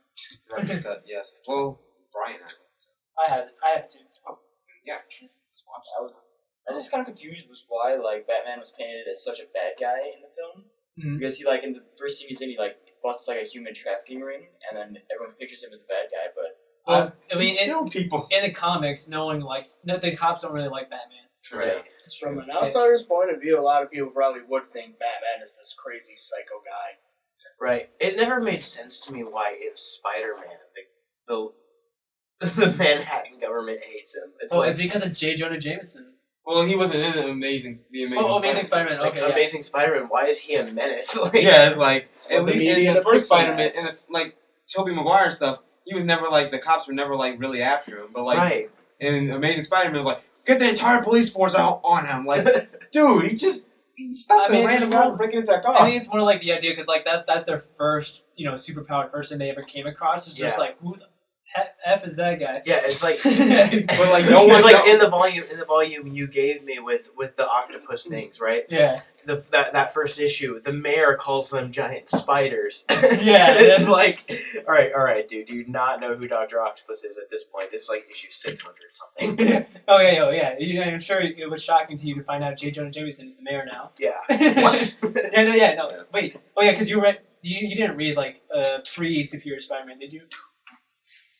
Speaker 2: Director's cut, yes. Well, Brian has it.
Speaker 1: I has it. I have it too.
Speaker 2: Yeah. Let's watch that.
Speaker 6: I
Speaker 1: Oh.
Speaker 6: was just kind of confused was why like Batman was painted as such a bad guy in the film
Speaker 1: Mhm.
Speaker 6: because he like in the first scene he's in he like busts like a human trafficking ring and then everyone pictures him as a bad guy but
Speaker 1: Well, I mean,
Speaker 2: He
Speaker 1: in,
Speaker 2: killed people.
Speaker 1: in the comics, no one likes. No, the cops don't really like Batman.
Speaker 6: Right.
Speaker 5: From an outsider's point of view, a lot of people probably would think Batman is this crazy psycho guy.
Speaker 3: Right. It never made sense to me why in Spider Man the the, the Manhattan government hates him. It's
Speaker 1: Well,
Speaker 3: like
Speaker 1: Oh, it's because of J. Jonah Jameson.
Speaker 2: Well, he wasn't in Amazing, the Amazing.
Speaker 1: oh, Amazing
Speaker 2: Spider-Man.
Speaker 1: Spider-Man.
Speaker 3: like,
Speaker 1: Okay, yeah.
Speaker 3: Amazing Spider Man. Why is he a menace? Like,
Speaker 2: Yeah, it's like at
Speaker 5: Well, the
Speaker 2: least in
Speaker 5: media
Speaker 2: the first
Speaker 5: depicts him
Speaker 2: Spider-Man,
Speaker 5: as-
Speaker 2: and the, like Tobey Maguire and stuff, he was never like the cops were never like really after him, but like
Speaker 3: right.
Speaker 2: in Amazing Spider-Man, it was like get the entire police force out on him, like dude, he just he stopped
Speaker 1: I mean,
Speaker 2: the
Speaker 1: it's
Speaker 2: random
Speaker 1: just
Speaker 2: guy
Speaker 1: more-
Speaker 2: from breaking into that
Speaker 1: I
Speaker 2: car.
Speaker 1: think it's more like the idea because like that's that's their first you know superpowered person they ever came across. It's just
Speaker 3: Yeah.
Speaker 1: like who the f f is that guy?
Speaker 3: yeah, it's like
Speaker 2: But, like, no
Speaker 3: It's
Speaker 2: one-
Speaker 3: like
Speaker 2: no-
Speaker 3: in the volume in the volume you gave me with with the octopus things, right?
Speaker 1: yeah,
Speaker 3: The that, that first issue, the mayor calls them giant spiders.
Speaker 1: Yeah,
Speaker 3: it's
Speaker 1: that's-
Speaker 3: like, all right, all right, dude, do you not know who Doctor Octopus is at this point? It's like issue six hundred something.
Speaker 1: oh yeah, oh yeah. You- I'm sure it was shocking to you to find out J. Jonah Jameson is the mayor now.
Speaker 3: yeah.
Speaker 1: yeah,
Speaker 3: What?
Speaker 1: no, yeah, no. Wait, oh yeah, because you read you, you didn't read like uh, pre Superior Spider-Man, did you?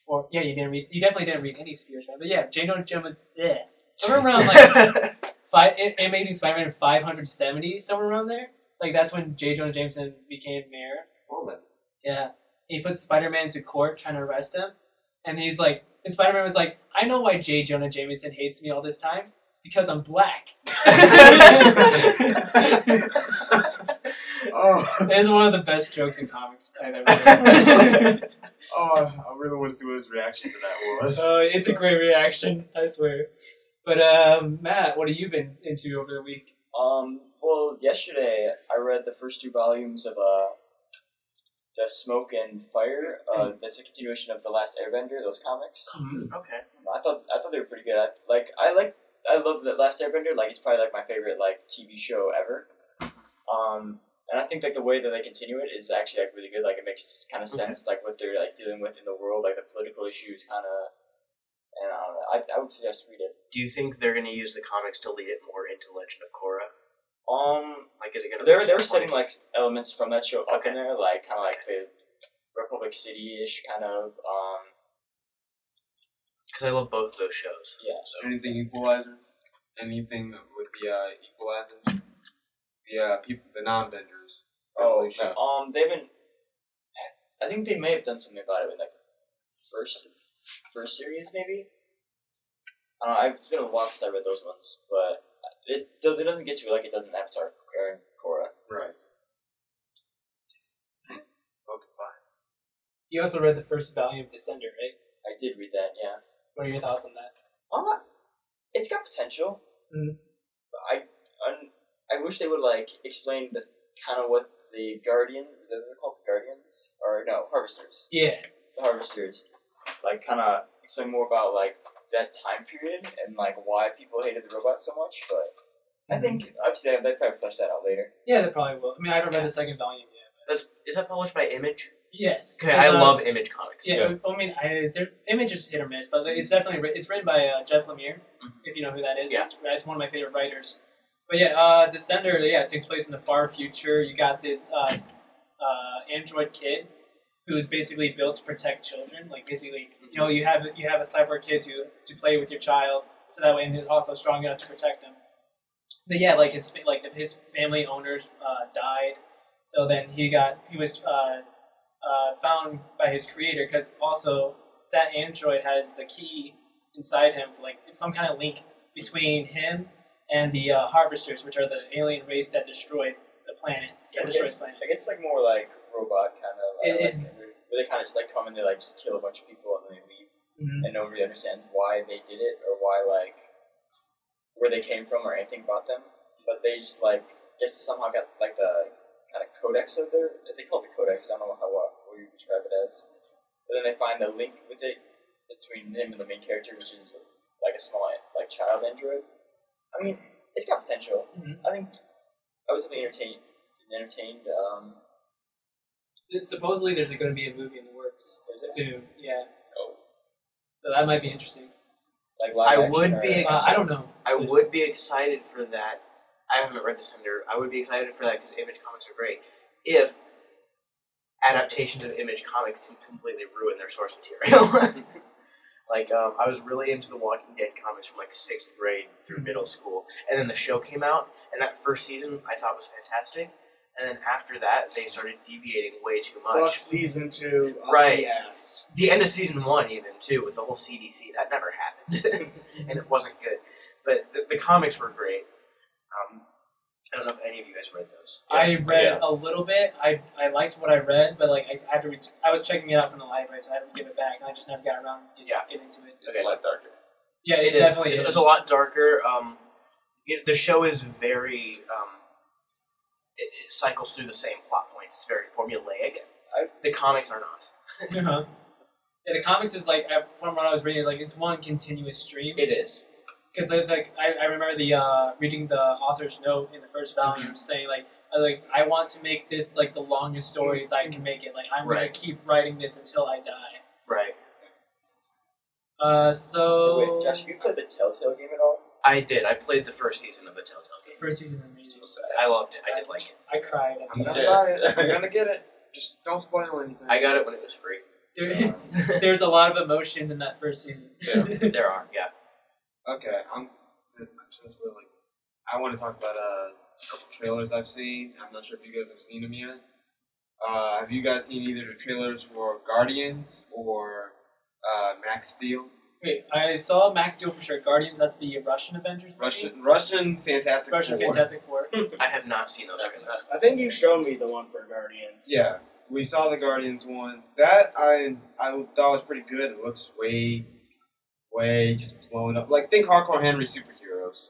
Speaker 1: Or yeah, you didn't read. You definitely didn't read any Superior Spider-Man. But yeah, J. Jonah Jameson. Yeah, somewhere around like five, A- Amazing Spider-Man 570, somewhere around there. Like that's when J. Jonah Jameson became mayor.
Speaker 2: Well, then.
Speaker 1: Yeah, he put Spider-Man to court trying to arrest him, and he's like, and Spider-Man was like, I know why J. Jonah Jameson hates me all this time. It's because I'm black.
Speaker 5: Oh,
Speaker 1: It is one of the best jokes in comics I've ever heard.
Speaker 2: oh, I really want to see what his reaction to that was.
Speaker 1: Oh, it's a great reaction, I swear. But um, Matt, what have you been into over the week?
Speaker 6: um well yesterday I read the first two volumes of uh the Smoke and Fire uh that's a continuation of the Last Airbender those comics
Speaker 3: okay.
Speaker 6: I thought I thought they were pretty good I, like I like I love the Last Airbender like it's probably like my favorite like TV show ever um and I think like the way that they continue it is actually like really good like it makes kind of sense like what they're like dealing with in the world like the political issues kind of and uh, I don't know I, I would suggest read it
Speaker 3: Do you think they're going to use the comics to lead it more into Legend of Korra?
Speaker 6: um
Speaker 3: Like, is it going to?
Speaker 6: They were, they were setting like elements from that show up
Speaker 3: Okay.
Speaker 6: in there, like kind of like the Republic City ish kind of. Um,
Speaker 3: because I love both those shows.
Speaker 6: yeah,
Speaker 3: So
Speaker 2: Anything Equalizer? Anything with the uh, Equalizers? The uh, people, the non-benders.
Speaker 6: Oh,
Speaker 2: Revolution.
Speaker 6: um, they've been. I think they may have done something about it in like first first series, maybe. I don't know. I've it's been a while since I read those ones, but it do- it doesn't get to it like it does in Avatar or in Korra.
Speaker 2: Right.
Speaker 3: okay, fine.
Speaker 1: You also read the first volume of Descender, right?
Speaker 6: I did read that. Yeah.
Speaker 1: What are your thoughts on that?
Speaker 6: Uh, it's got potential.
Speaker 1: Mm.
Speaker 6: But I un, I wish they would like explain the kind of what the guardian is that what they're called the guardians or no harvesters
Speaker 1: Yeah.
Speaker 6: the harvesters like kind of explain more about like that time period and like why people hated the robots so much. But I
Speaker 1: Mm.
Speaker 6: think obviously they, they probably flesh that out later.
Speaker 1: Yeah, they probably will. I mean, I don't
Speaker 3: Yeah.
Speaker 1: read the second volume yet.
Speaker 3: That's, is that published by Image?
Speaker 1: Yes.
Speaker 3: Okay, I
Speaker 1: It's, uh,
Speaker 3: love Image comics.
Speaker 1: Yeah, I mean, I, their image is hit or miss, but it's definitely writ- it's written by uh, Jeff Lemire,
Speaker 3: Mhm.
Speaker 1: if you know who that is.
Speaker 3: Yeah.
Speaker 1: It's, it's one of my favorite writers. But yeah, uh, Descender, yeah, it takes place in the far future. You got this uh, s- uh, android kid who is basically built to protect children. Like basically, you know, you have you have a cyborg kid to to play with your child, so that way, and it's also strong enough to protect them. But yeah, like his fa- like his family owners uh, died, so then he got he was. Uh, uh, found by his creator because also that android has the key inside him for like it's some kind of link between him and the uh, harvesters which are the alien race that destroyed the planet that
Speaker 6: I
Speaker 1: destroys
Speaker 6: guess- I
Speaker 1: planets
Speaker 6: guess like more like robot kind of.
Speaker 1: It
Speaker 6: Like,
Speaker 1: is-
Speaker 6: like, where they kind of just like come and they like just kill a bunch of people and then they leave,
Speaker 3: Mm-hmm.
Speaker 1: Mhm.
Speaker 6: and nobody understands why they did it or why like where they came from or anything about them. But they just like guess somehow got like the kind of codex of their they call it the codex. I don't know how what what you describe it as. But then they find a link with it between him and the main character, which is like a small like child android. I mean, it's got potential.
Speaker 3: Mm-hmm.
Speaker 1: Mhm.
Speaker 6: I think I was definitely entertained. Entertained. Um,
Speaker 1: supposedly there's going to be a movie in the works
Speaker 6: Is
Speaker 1: soon yeah
Speaker 6: Oh.
Speaker 1: so that might be interesting
Speaker 6: like live
Speaker 3: I
Speaker 6: action
Speaker 3: would
Speaker 6: or-
Speaker 3: be ex-
Speaker 1: uh, i don't know
Speaker 3: I would be excited for that. I haven't read this under. I would be excited for that because Image comics are great. If adaptations of Image comics can completely ruin their source material, like um, I was really into the Walking Dead comics from like sixth grade through middle school, and then the show came out, and that first season I thought was fantastic, and then after that they started deviating way too much.
Speaker 5: Fuck season two. up
Speaker 3: Right.
Speaker 5: the ass.
Speaker 3: the end of season one, even too, with the whole CDC, that never happened, and it wasn't good. But the, the comics were great. Um, I don't know if any of you guys read those.
Speaker 1: I read
Speaker 4: Yeah.
Speaker 1: a little bit. I, I liked what I read, but like I had to. Ret- I was checking it out from the library, so I had to give it back, and I just never got around to
Speaker 3: Yeah.
Speaker 1: getting into it.
Speaker 4: It's
Speaker 3: Okay.
Speaker 4: a lot darker.
Speaker 1: Yeah, it,
Speaker 3: is.
Speaker 1: definitely
Speaker 3: It's,
Speaker 1: is.
Speaker 3: it's a lot darker. Um, it, the show is very. Um, it, it cycles through the same plot points. It's very formulaic.
Speaker 6: I-
Speaker 3: the comics are not.
Speaker 1: Uh-huh. Yeah, the comics is like I- from what I was reading, like it's one continuous stream.
Speaker 3: It is.
Speaker 1: Because like I, I remember the uh, reading the author's note in the first
Speaker 3: Mm-hmm.
Speaker 1: volume saying like I was like I want to make this like the longest stories I can make it. Like I'm gonna
Speaker 3: Right.
Speaker 1: keep writing this until I die.
Speaker 3: Right.
Speaker 1: Uh, so
Speaker 6: Wait, Josh, have you played the Telltale game at all?
Speaker 3: I did. I played the first season of the Telltale
Speaker 1: the
Speaker 3: game.
Speaker 1: first season of amazing.
Speaker 3: I loved it. I did like it.
Speaker 1: I cried. At
Speaker 3: I'm
Speaker 1: the
Speaker 3: not-
Speaker 1: end.
Speaker 4: Yeah.
Speaker 2: Buy it. I'm gonna get it. Just don't spoil anything.
Speaker 3: I got it when it was free.
Speaker 1: There,
Speaker 3: so-
Speaker 1: there's a lot of emotions in that first season.
Speaker 4: Yeah.
Speaker 3: there are. Yeah.
Speaker 2: Okay, I'm since since we're like, I want to talk about uh, a couple trailers I've seen. I'm not sure if you guys have seen them yet. Uh, have you guys seen either the trailers for Guardians or uh, Max Steel?
Speaker 1: Wait, I saw Max Steel for sure. Guardians, that's the Russian Avengers. movie?
Speaker 2: Russian Russian Fantastic
Speaker 1: Russian
Speaker 2: Four.
Speaker 1: Fantastic Four.
Speaker 3: I have not seen those trailers.
Speaker 5: I think you showed me the one for Guardians.
Speaker 2: Yeah, we saw the Guardians one. That I I thought was pretty good. It looks way, way just blown up. Like think Hardcore Henry superheroes.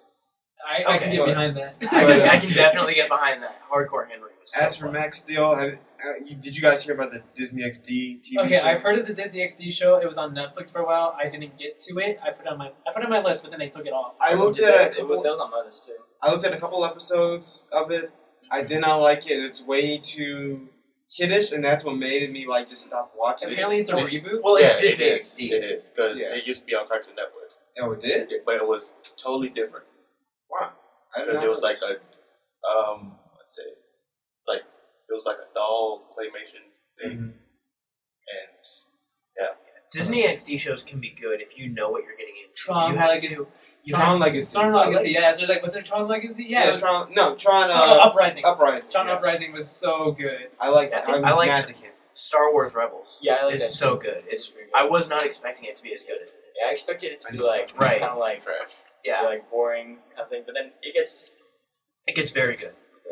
Speaker 1: I, I can
Speaker 3: Okay.
Speaker 1: get behind that.
Speaker 3: I can, I can definitely get behind that. Hardcore Henry was so
Speaker 2: uh, As for
Speaker 3: fun.
Speaker 2: Max Steel, have, uh, you, did you guys hear about the Disney XD TV
Speaker 1: Okay,
Speaker 2: show?
Speaker 1: I've heard of the Disney XD show. It was on Netflix for a while. I didn't get to it. I put it on my I put it on my list, but then they took it off.
Speaker 2: I looked
Speaker 6: Did
Speaker 2: at
Speaker 6: that,
Speaker 2: a
Speaker 6: it
Speaker 2: couple-
Speaker 6: was, that was on my list too.
Speaker 2: I looked at a couple episodes of it.
Speaker 1: Mm-hmm.
Speaker 2: I did not like it. It's way too kiddish, and that's what made me like just stop watching it.
Speaker 1: Apparently, it's a
Speaker 4: Did-
Speaker 1: reboot.
Speaker 3: well,
Speaker 4: yeah,
Speaker 3: it's Disney
Speaker 4: It is.
Speaker 3: XD.
Speaker 4: It is because
Speaker 2: Yeah.
Speaker 4: it used to be on Cartoon Network,
Speaker 2: Oh, it did?
Speaker 4: It- but it was totally different
Speaker 2: Wow. I did
Speaker 4: because
Speaker 2: not
Speaker 4: it was
Speaker 2: know
Speaker 4: like
Speaker 2: this.
Speaker 4: a, um, let's say, like it was like a doll claymation thing,
Speaker 2: Mhm.
Speaker 4: and
Speaker 3: Disney XD shows can be good if you know what you're getting into.
Speaker 1: Tron
Speaker 3: you have
Speaker 1: Legacy.
Speaker 3: to. You
Speaker 2: Tron Legacy.
Speaker 1: Tron Legacy. Yeah, so like was it Tron Legacy? Yeah, it was,
Speaker 2: Tron, no, Tron
Speaker 1: oh,
Speaker 2: uh,
Speaker 1: Uprising.
Speaker 2: Uprising.
Speaker 1: Tron
Speaker 2: yeah.
Speaker 1: Uprising was so good.
Speaker 2: I like
Speaker 3: Yeah, I
Speaker 2: that.
Speaker 3: think-
Speaker 2: I'm
Speaker 3: I liked-
Speaker 2: mad they canceled it.
Speaker 3: Star Wars Rebels.
Speaker 6: Yeah, I like
Speaker 3: is
Speaker 6: that.
Speaker 3: so
Speaker 6: too.
Speaker 3: good. It's.
Speaker 6: pretty good.
Speaker 3: I was not expecting it to be as good as it is.
Speaker 6: yeah, I expected it to
Speaker 2: I
Speaker 6: be
Speaker 2: just-
Speaker 6: like
Speaker 3: Right.
Speaker 6: kind of like
Speaker 4: trash.
Speaker 3: Yeah,
Speaker 6: like boring kind of thing, but then it gets.
Speaker 3: it gets very good.
Speaker 2: Oh,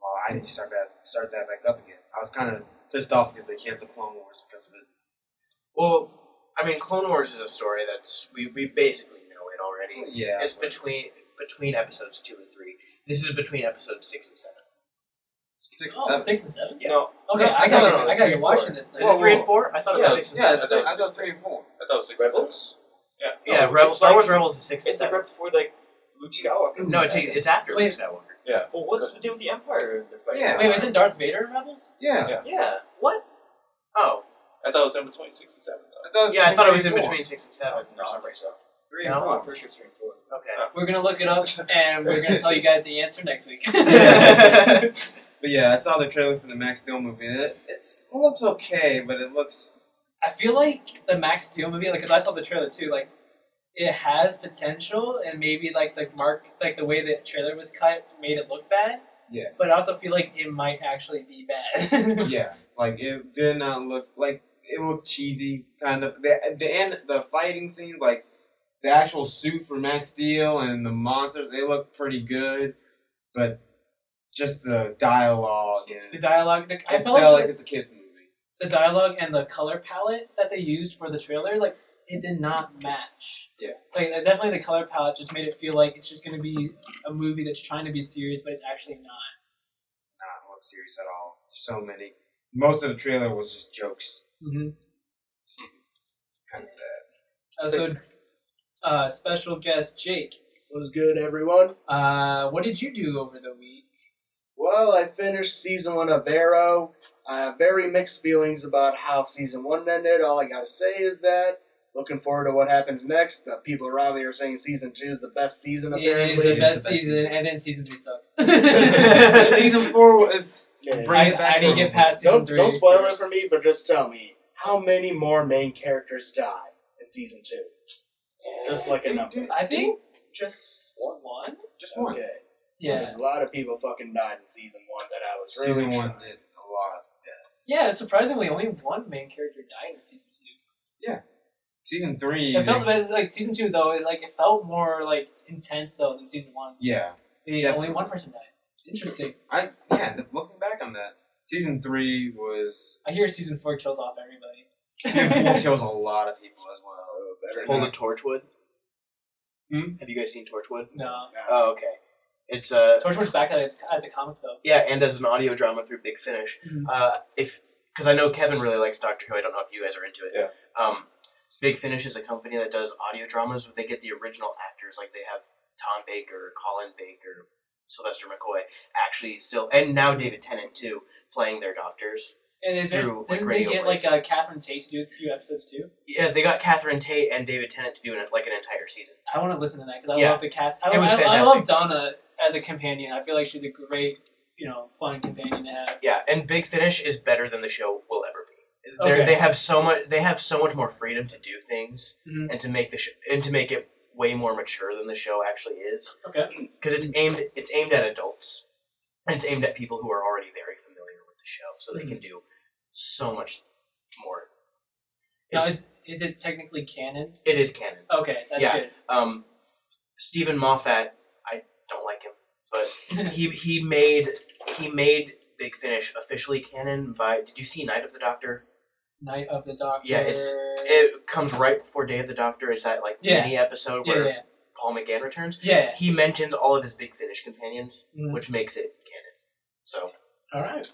Speaker 2: Well, I need to start that start that back up again. I was kind of pissed off because they canceled Clone Wars because of it.
Speaker 3: Well, I mean, Clone Wars is a story that's we, we basically know it already.
Speaker 2: Yeah.
Speaker 3: It's between between episodes two and three. This is between episodes six and seven.
Speaker 2: Six and
Speaker 1: Oh,
Speaker 2: seven.
Speaker 1: six and seven.
Speaker 3: Yeah.
Speaker 2: No.
Speaker 1: Okay,
Speaker 2: No,
Speaker 1: I got
Speaker 2: thought it
Speaker 1: to
Speaker 2: was
Speaker 1: I got
Speaker 2: three
Speaker 1: to
Speaker 2: and
Speaker 1: watching
Speaker 2: four.
Speaker 1: this.
Speaker 3: Is
Speaker 1: Now.
Speaker 2: Whoa,
Speaker 3: it three and
Speaker 2: whoa.
Speaker 3: four? I thought it
Speaker 2: Yeah,
Speaker 3: was
Speaker 2: it's-
Speaker 3: six and
Speaker 2: yeah, it's
Speaker 3: seven.
Speaker 2: three- I thought it was three and four.
Speaker 4: I thought it was six.
Speaker 6: Rebels.
Speaker 4: Yeah. no,
Speaker 3: yeah,
Speaker 4: it's
Speaker 3: Rebel, Star
Speaker 6: like-
Speaker 3: Wars Rebels is six and
Speaker 6: It's like
Speaker 3: seven.
Speaker 6: right before like Luke Skywalker.
Speaker 3: No, it's, it's after
Speaker 1: Wait.
Speaker 3: Luke Skywalker.
Speaker 6: Well, what's the deal with the Empire? They're fighting.
Speaker 2: Yeah.
Speaker 1: Wait, isn't Darth Vader in Rebels?
Speaker 2: Yeah.
Speaker 4: Yeah.
Speaker 6: Yeah.
Speaker 3: What? Oh,
Speaker 4: I thought it was in between six and seven. Though.
Speaker 2: I thought
Speaker 3: yeah, I thought it was in
Speaker 2: three and four.
Speaker 3: between six and seven.
Speaker 6: No, I don't think so.
Speaker 2: Three and
Speaker 3: No.
Speaker 6: I'm
Speaker 2: four.
Speaker 6: pretty sure it's three and four.
Speaker 3: Okay.
Speaker 1: We're gonna look it up and we're gonna tell you guys the answer next week.
Speaker 2: But yeah, I saw the trailer for the Max Steel movie. and It it's, it looks okay, but it looks
Speaker 1: I feel like the Max Steel movie, like, cause I saw the trailer too. Like, it has potential, and maybe like the mark, like the way the trailer was cut, made it look bad.
Speaker 2: Yeah.
Speaker 1: But I also feel like it might actually be bad.
Speaker 2: yeah, like it did not look like it looked cheesy. Kind of the the end, the fighting scene, like the actual suit for Max Steel and the monsters, they look pretty good, but just the dialogue
Speaker 1: the
Speaker 2: and
Speaker 1: dialogue, the, I
Speaker 2: it
Speaker 1: felt like
Speaker 2: felt like
Speaker 1: the,
Speaker 2: it's a kids movie.
Speaker 1: the dialogue and the color palette that they used for the trailer, like, it did not match.
Speaker 2: Yeah.
Speaker 1: Like, uh, definitely the color palette just made it feel like it's just gonna be a movie that's trying to be serious, but it's actually not.
Speaker 2: Not look serious at all. There's so many. Most of the trailer was just jokes.
Speaker 1: Mm-hmm.
Speaker 2: It's kind of sad.
Speaker 1: Uh, so, uh, special guest Jake,
Speaker 5: Was good, everyone.
Speaker 1: uh, what did you do over the week?
Speaker 5: Well, I finished season one of Arrow. I have very mixed feelings about how season one ended. All I gotta say is that looking forward to what happens next. The people around me are saying season two is the best season.
Speaker 1: It
Speaker 5: Apparently,
Speaker 1: is the
Speaker 2: It's
Speaker 1: best season, and then season three sucks.
Speaker 2: Season four is
Speaker 5: Okay.
Speaker 2: brings
Speaker 1: I,
Speaker 2: it back
Speaker 1: I didn't
Speaker 2: for
Speaker 1: get
Speaker 2: me.
Speaker 1: past season
Speaker 5: Don't,
Speaker 1: three.
Speaker 5: don't spoil
Speaker 1: first.
Speaker 5: it for me, but just tell me how many more main characters die in season two. Just like a number.
Speaker 1: I think just one.
Speaker 2: just one.
Speaker 5: Okay.
Speaker 1: Yeah,
Speaker 5: There's a lot of people fucking died in season one that I was really
Speaker 2: Season one
Speaker 5: shocked.
Speaker 2: did a lot of death.
Speaker 1: yeah. Surprisingly, only one main character died in season two.
Speaker 2: Season three,
Speaker 1: It felt it was like season two though. It, like it felt more like intense though than season one.
Speaker 2: yeah.
Speaker 1: The
Speaker 2: Definitely.
Speaker 1: only one person died. Interesting.
Speaker 2: I yeah, th- looking back on that, season three was
Speaker 1: I hear season four kills off everybody.
Speaker 2: season four kills a lot of people as well.
Speaker 5: Oh, better
Speaker 3: Hold
Speaker 5: than-
Speaker 3: the Torchwood.
Speaker 2: Hmm?
Speaker 3: Have you guys seen Torchwood?
Speaker 1: no,
Speaker 3: Oh, okay. It's a uh,
Speaker 1: Torchwood's back as, as a comic though.
Speaker 3: yeah, and as an audio drama through Big Finish.
Speaker 1: Mhm.
Speaker 3: Uh, if because I know Kevin really likes Doctor Who, I don't know if you guys are into it. Yeah. Um, Big Finish is a company that does audio dramas. where They get the original actors, like they have Tom Baker, Colin Baker, Sylvester McCoy, actually still, and now David Tennant too, playing their doctors.
Speaker 1: And is there,
Speaker 3: Through, like,
Speaker 1: didn't they
Speaker 3: radio
Speaker 1: get
Speaker 3: waves.
Speaker 1: like uh, Catherine Tate to do a few episodes too?
Speaker 3: Yeah, they got Catherine Tate and David Tennant to do an, like an entire season.
Speaker 1: I want to listen to that because I
Speaker 3: Yeah.
Speaker 1: love the cat. I,
Speaker 3: It was
Speaker 1: I, I love
Speaker 3: fantastic.
Speaker 1: Donna as a companion. I feel like she's a great, you know, fun companion to have.
Speaker 3: Yeah, and Big Finish is better than the show will ever be. They're
Speaker 1: Okay.
Speaker 3: They have so much. They have so much more freedom to do things
Speaker 1: Mhm.
Speaker 3: and to make the sh- and to make it way more mature than the show actually is
Speaker 1: Okay.
Speaker 3: because it's aimed it's aimed at adults and it's aimed at people who are already very familiar with the show, so
Speaker 1: Mm-hmm.
Speaker 3: they can do so much more.
Speaker 1: Now,
Speaker 3: It's,
Speaker 1: is, is it technically canon?
Speaker 3: it is canon.
Speaker 1: Okay, that's
Speaker 3: Yeah.
Speaker 1: good.
Speaker 3: Um, Stephen Moffat, I don't like him, but he he made he made Big Finish officially canon by. Did you see Night of the Doctor?
Speaker 1: Night of the Doctor.
Speaker 3: Yeah, it's- It comes right before Day of the Doctor. Is that like
Speaker 1: Yeah.
Speaker 3: mini episode
Speaker 1: yeah,
Speaker 3: where
Speaker 1: yeah,
Speaker 3: Paul McGann returns?
Speaker 1: yeah.
Speaker 3: He mentions all of his Big Finish companions,
Speaker 1: Mhm.
Speaker 3: which makes it canon. So,
Speaker 1: All right.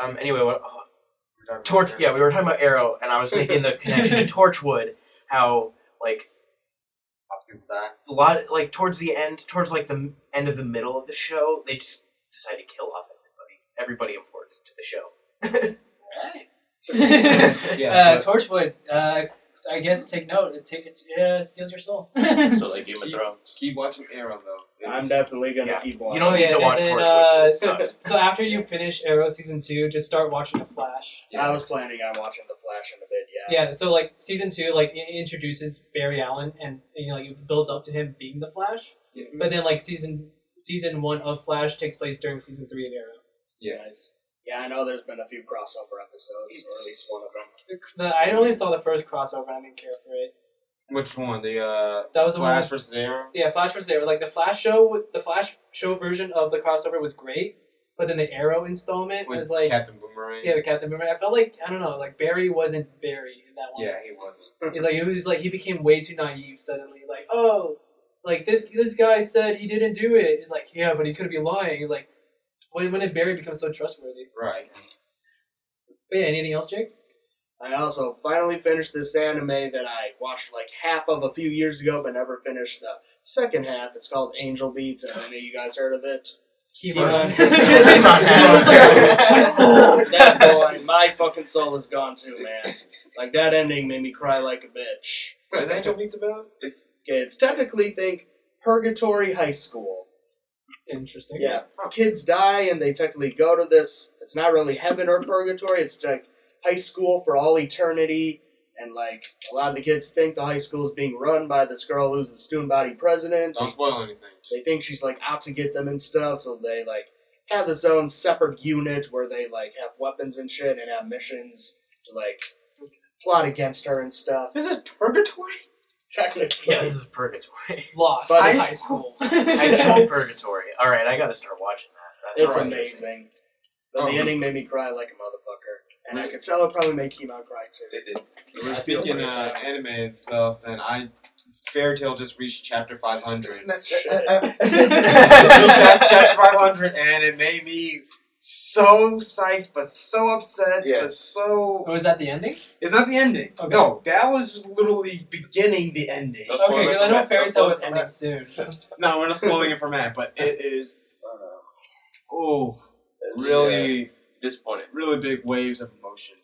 Speaker 3: um, anyway, what,
Speaker 2: We're
Speaker 3: oh,
Speaker 2: talking about
Speaker 3: Torch.
Speaker 2: that.
Speaker 3: Yeah, we were talking about Arrow, and I was making the connection to Torchwood. How like
Speaker 2: A lot of people die.
Speaker 3: a lot like towards the end, towards like the m- end of the middle of the show, they just decide to kill off everybody, everybody important to the show.
Speaker 1: All right.
Speaker 2: Yeah,
Speaker 1: uh,
Speaker 2: but
Speaker 1: Torchwood. Uh, so I guess take note. It take it uh, steals your soul.
Speaker 4: So like Game of
Speaker 2: Keep-
Speaker 4: Thrones.
Speaker 2: keep watching Arrow though.
Speaker 5: I'm
Speaker 2: It's-
Speaker 5: definitely gonna
Speaker 3: Yeah.
Speaker 5: keep
Speaker 3: You
Speaker 5: watching.
Speaker 3: don't need
Speaker 1: Okay,
Speaker 3: to watch
Speaker 1: and then,
Speaker 3: Torchwood. 'cause it
Speaker 1: uh,
Speaker 3: sucks.
Speaker 1: so after you finish Arrow season two, just start watching The Flash.
Speaker 5: I was planning on watching The Flash in a bit. Yeah.
Speaker 1: Yeah, so like season two, like it introduces Barry Allen, and you know, like it builds up to him being the Flash.
Speaker 2: Yeah.
Speaker 1: But then like season season one of Flash takes place during season three of Arrow.
Speaker 2: Yeah.
Speaker 5: Nice. Yeah, I know there's been a few crossover episodes, or at least one of them.
Speaker 1: The, I only saw the first crossover. and I didn't care for it.
Speaker 2: Which one? The uh,
Speaker 1: That was the
Speaker 2: Flash
Speaker 1: one.
Speaker 2: versus Arrow.
Speaker 1: Yeah, Flash versus Arrow. Like the Flash show, the Flash show version of the crossover was great, But then the Arrow installment
Speaker 2: With
Speaker 1: was like,
Speaker 2: Captain Boomerang.
Speaker 1: yeah, the Captain Boomerang. I felt like I don't know, like Barry wasn't Barry in that one.
Speaker 2: Yeah, he wasn't.
Speaker 1: He's like, it was like he became way too naive suddenly. Like, oh, like this this guy said he didn't do it. It's like, yeah, but he could be lying. It's like, when, when did Barry become so trustworthy?
Speaker 2: Right.
Speaker 1: But yeah, anything else, Jake?
Speaker 5: I also finally finished this anime that I watched like half of a few years ago, but never finished the second half. It's called Angel Beats, and I know you guys heard of it.
Speaker 1: Kimon.
Speaker 5: My
Speaker 1: soul.
Speaker 5: That boy, my fucking soul is gone too, man. Like that ending made me cry like a bitch.
Speaker 2: Wait, is Angel Beats about? It's
Speaker 5: Okay, it's technically think Purgatory High School.
Speaker 1: Interesting.
Speaker 5: Yeah, kids die and they technically go to this. It's not really heaven or purgatory. It's like high school for all eternity. And like a lot of the kids think the high school is being run by this girl who's the student body president.
Speaker 2: don't spoil anything.
Speaker 5: They think she's like out to get them and stuff. So they like have this own separate unit where they like have weapons and shit and have missions to like plot against her and stuff.
Speaker 2: This is purgatory.
Speaker 5: Technically,
Speaker 3: Yeah, this is purgatory.
Speaker 1: Lost
Speaker 5: But
Speaker 1: in
Speaker 5: I-
Speaker 1: high school.
Speaker 3: High school purgatory. All right, I gotta start watching that. That
Speaker 5: It's
Speaker 3: sounds interesting. Um,
Speaker 5: amazing. But the
Speaker 2: Oh.
Speaker 5: ending made me cry like a motherfucker. And I could tell it probably made Kimon cry too.
Speaker 4: It did.
Speaker 2: We're
Speaker 5: I feel
Speaker 2: speaking
Speaker 5: for you.
Speaker 2: uh, anime and stuff, then I Fairy Tale just reached chapter five hundred. chapter five hundred, and it made me so psyched, but so upset,
Speaker 4: Yeah.
Speaker 2: but so.
Speaker 1: Was that the ending?
Speaker 2: It's not the ending.
Speaker 1: Okay.
Speaker 2: No, that was just literally beginning the ending.
Speaker 4: That's
Speaker 1: Okay, because I
Speaker 4: spoiler for
Speaker 1: know
Speaker 4: Matt.
Speaker 1: Fairy
Speaker 4: That's
Speaker 1: Tale
Speaker 4: spoiler
Speaker 1: was
Speaker 4: for
Speaker 1: ending
Speaker 4: Matt.
Speaker 1: soon.
Speaker 2: No, we're not spoiling it for Matt, but it is. Oh,
Speaker 4: Yeah.
Speaker 2: really,
Speaker 4: Disappointed.
Speaker 2: really big waves of emotion.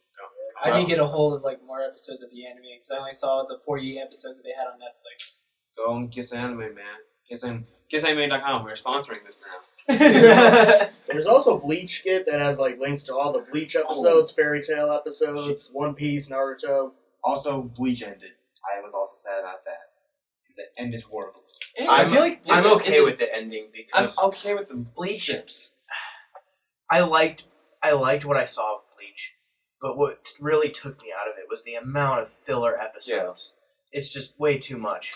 Speaker 1: I didn't get a hold of like more episodes of the anime because I only saw the 48 episodes that they had on Netflix.
Speaker 2: Go and kiss anime, man. Kiss an- KissAnime.com. We're sponsoring this now.
Speaker 5: There's also Bleach Kit that has like links to all the Bleach episodes, Fairy Tale episodes, One Piece, Naruto.
Speaker 2: Also, Bleach ended. I was also sad about that because it ended horribly.
Speaker 1: I feel like
Speaker 3: I'm
Speaker 2: It-
Speaker 3: okay
Speaker 2: it-
Speaker 3: with the ending
Speaker 2: I'm
Speaker 3: because
Speaker 2: okay with the
Speaker 3: Bleach.
Speaker 2: chips.
Speaker 3: I liked I liked what I saw of Bleach, but what really took me out of it was the amount of filler episodes. It's just way too much.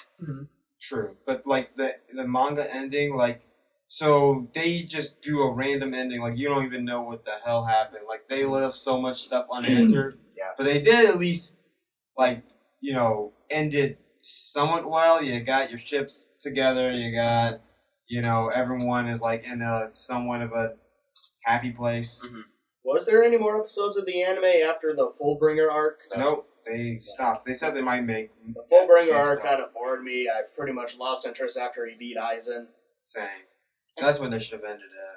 Speaker 2: True, but like the the manga ending, like so they just do a random ending, like you don't even know what the hell happened. Like they left so much stuff unanswered.
Speaker 3: Yeah.
Speaker 2: But they did at least like, you know, end it somewhat well. You got your ships together, you got you know, everyone is like in a somewhat of a happy place.
Speaker 5: Was there any more episodes of the anime after the Fullbringer arc?
Speaker 2: Nope. They stopped. They said they might make
Speaker 5: The Fullbringer
Speaker 2: Yeah,
Speaker 5: arc
Speaker 2: so-
Speaker 5: kind of bored me. I pretty much lost interest after he beat Aizen.
Speaker 2: same. That's where they should have ended at.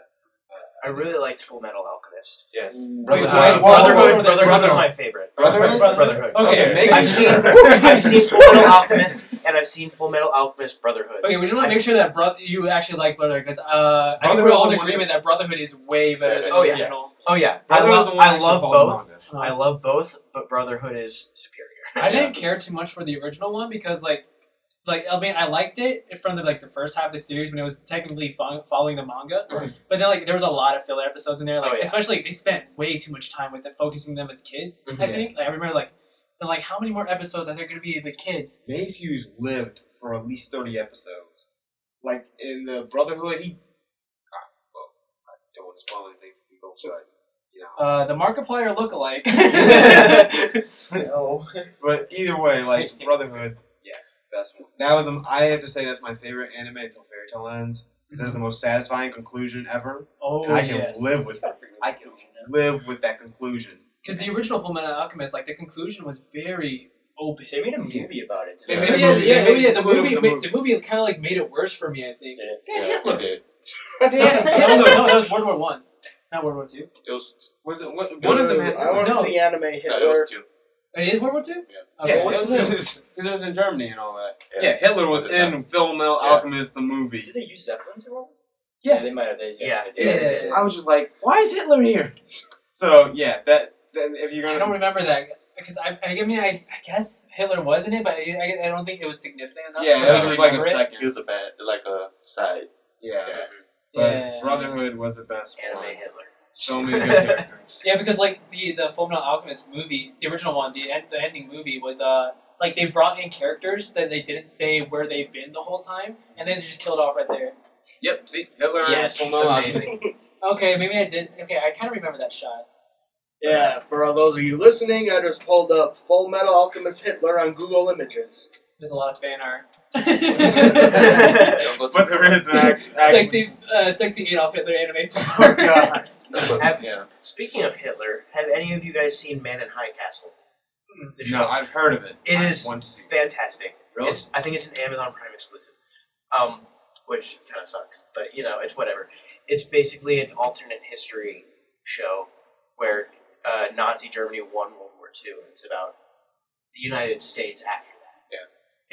Speaker 3: I really liked Full Metal Alchemist.
Speaker 4: Yes.
Speaker 2: Wait,
Speaker 3: Uh,
Speaker 2: wait, whoa,
Speaker 3: Brotherhood,
Speaker 1: whoa, whoa,
Speaker 3: Brotherhood was
Speaker 2: Brotherhood.
Speaker 3: my favorite.
Speaker 2: Brotherhood?
Speaker 3: Brotherhood.
Speaker 1: Okay,
Speaker 2: maybe-
Speaker 3: I've seen, I've seen Full Metal Alchemist, and I've seen Full Metal Alchemist Brotherhood.
Speaker 1: Okay, we just want to make sure that bro- you actually like Brotherhood because uh, I think
Speaker 2: Brotherhood's
Speaker 1: we're all
Speaker 2: the
Speaker 1: in
Speaker 2: one
Speaker 1: agreement that Brotherhood is way better than
Speaker 3: Oh,
Speaker 1: the
Speaker 3: yeah.
Speaker 1: original.
Speaker 3: Oh yeah, I
Speaker 2: Brotherhood's
Speaker 3: love,
Speaker 2: the one
Speaker 3: I
Speaker 2: that
Speaker 3: love
Speaker 2: actually followed
Speaker 3: both.
Speaker 2: manga.
Speaker 1: Uh,
Speaker 3: I love both, but Brotherhood is superior.
Speaker 1: I didn't care too much for the original one because like like I mean I liked it from the like the first half of the series when it was technically fo- following the manga, but then like there was a lot of filler episodes in there. Like
Speaker 3: Oh, yeah.
Speaker 1: especially they spent way too much time with it, focusing them as kids. I
Speaker 3: Mm-hmm.
Speaker 2: Mhm.
Speaker 1: think like, I remember like and like how many more episodes are there going to be with kids?
Speaker 2: Mace Hughes lived for at least 30 episodes. Like, in the Brotherhood, he. God, well, I don't want to spoil anything for people, but, you know.
Speaker 1: Uh, the Markiplier lookalike.
Speaker 3: No.
Speaker 2: But either way, like, Brotherhood, yeah, that's one. That was, um, I have to say, that's my favorite anime until Fairy Tale ends. Because that's the most satisfying conclusion ever.
Speaker 1: oh
Speaker 2: And I can
Speaker 1: yes.
Speaker 2: live with I can live with that conclusion.
Speaker 1: because the original Full Metal Alchemist like the conclusion was very open.
Speaker 6: They made a movie about it.
Speaker 2: They
Speaker 1: Yeah,
Speaker 2: made
Speaker 6: didn't
Speaker 2: a
Speaker 1: yeah,
Speaker 2: movie.
Speaker 1: yeah,
Speaker 2: They
Speaker 1: oh,
Speaker 2: made
Speaker 1: yeah,
Speaker 2: a
Speaker 1: the
Speaker 2: conclusion
Speaker 1: movie,
Speaker 2: of the
Speaker 1: made, the movie kind of like made it worse for me. I think.
Speaker 6: Did it?
Speaker 4: Yeah,
Speaker 2: Hitler.
Speaker 4: it did.
Speaker 1: Yeah, that was, no, that was World War One, not World War Two.
Speaker 4: It was,
Speaker 2: Was it one,
Speaker 4: Those
Speaker 2: one of them
Speaker 4: are-
Speaker 2: had.
Speaker 5: I want to
Speaker 1: No.
Speaker 5: see anime
Speaker 4: no, it
Speaker 5: Hitler.
Speaker 4: was two.
Speaker 1: It is World War Two.
Speaker 4: Yeah.
Speaker 1: Okay.
Speaker 2: Yeah, it was
Speaker 1: It was-
Speaker 2: because it was in Germany and all that.
Speaker 4: Yeah.
Speaker 2: Yeah, Hitler was
Speaker 4: Was it
Speaker 2: in
Speaker 4: Nazi?
Speaker 2: Full Metal
Speaker 4: Yeah.
Speaker 2: Alchemist the movie.
Speaker 6: Did they use Zeppelins at all?
Speaker 2: Yeah.
Speaker 6: they might have. They,
Speaker 3: Yeah.
Speaker 6: they did.
Speaker 1: Yeah,
Speaker 6: They
Speaker 1: yeah,
Speaker 6: did.
Speaker 1: yeah.
Speaker 2: I was just like, why is Hitler here? So yeah, that then if you're
Speaker 1: I don't
Speaker 2: gonna
Speaker 1: remember that because I, I, I mean, I, I guess Hitler was in it, but I, I, I don't think it was significant enough.
Speaker 2: yeah,
Speaker 1: for me
Speaker 2: that was
Speaker 1: to
Speaker 2: just like a
Speaker 1: remember it.
Speaker 2: second.
Speaker 4: He was a bad, like a side.
Speaker 2: yeah.
Speaker 4: Yeah.
Speaker 2: but
Speaker 1: Yeah.
Speaker 2: Brotherhood was the best
Speaker 3: Anime
Speaker 2: one.
Speaker 3: Hitler.
Speaker 2: So many good characters.
Speaker 1: Yeah, because like the the Fullmetal Alchemist movie, the original one, the end, the ending movie was uh like they brought in characters that they didn't say where they've been the whole time, and then they just killed off right there.
Speaker 2: Yep. See, Hitler
Speaker 3: Yes,
Speaker 2: and Full Metal
Speaker 3: amazing.
Speaker 2: Alchemist.
Speaker 1: Okay, maybe I did. Okay, I kind of remember that shot.
Speaker 5: Yeah, for all those of you listening, I just pulled up Full Metal Alchemist Hitler on Google Images.
Speaker 1: There's a lot of fan art.
Speaker 4: Don't go too
Speaker 2: But there is an act.
Speaker 1: sexy, uh, sexy Adolf Hitler anime.
Speaker 2: Oh, God.
Speaker 4: don't go too-
Speaker 3: Have-
Speaker 4: yeah.
Speaker 3: Speaking of Hitler, have any of you guys seen Man in High Castle? The
Speaker 2: Mm. No,
Speaker 3: show?
Speaker 2: I've heard of it.
Speaker 3: It
Speaker 2: I
Speaker 3: is-
Speaker 2: want to see it.
Speaker 3: fantastic.
Speaker 2: Really?
Speaker 3: It's, I think it's an Amazon Prime exclusive, um, which kind of sucks, but you know, it's whatever. It's basically an alternate history show where uh, Nazi Germany won World War II, and it's about the United States after that.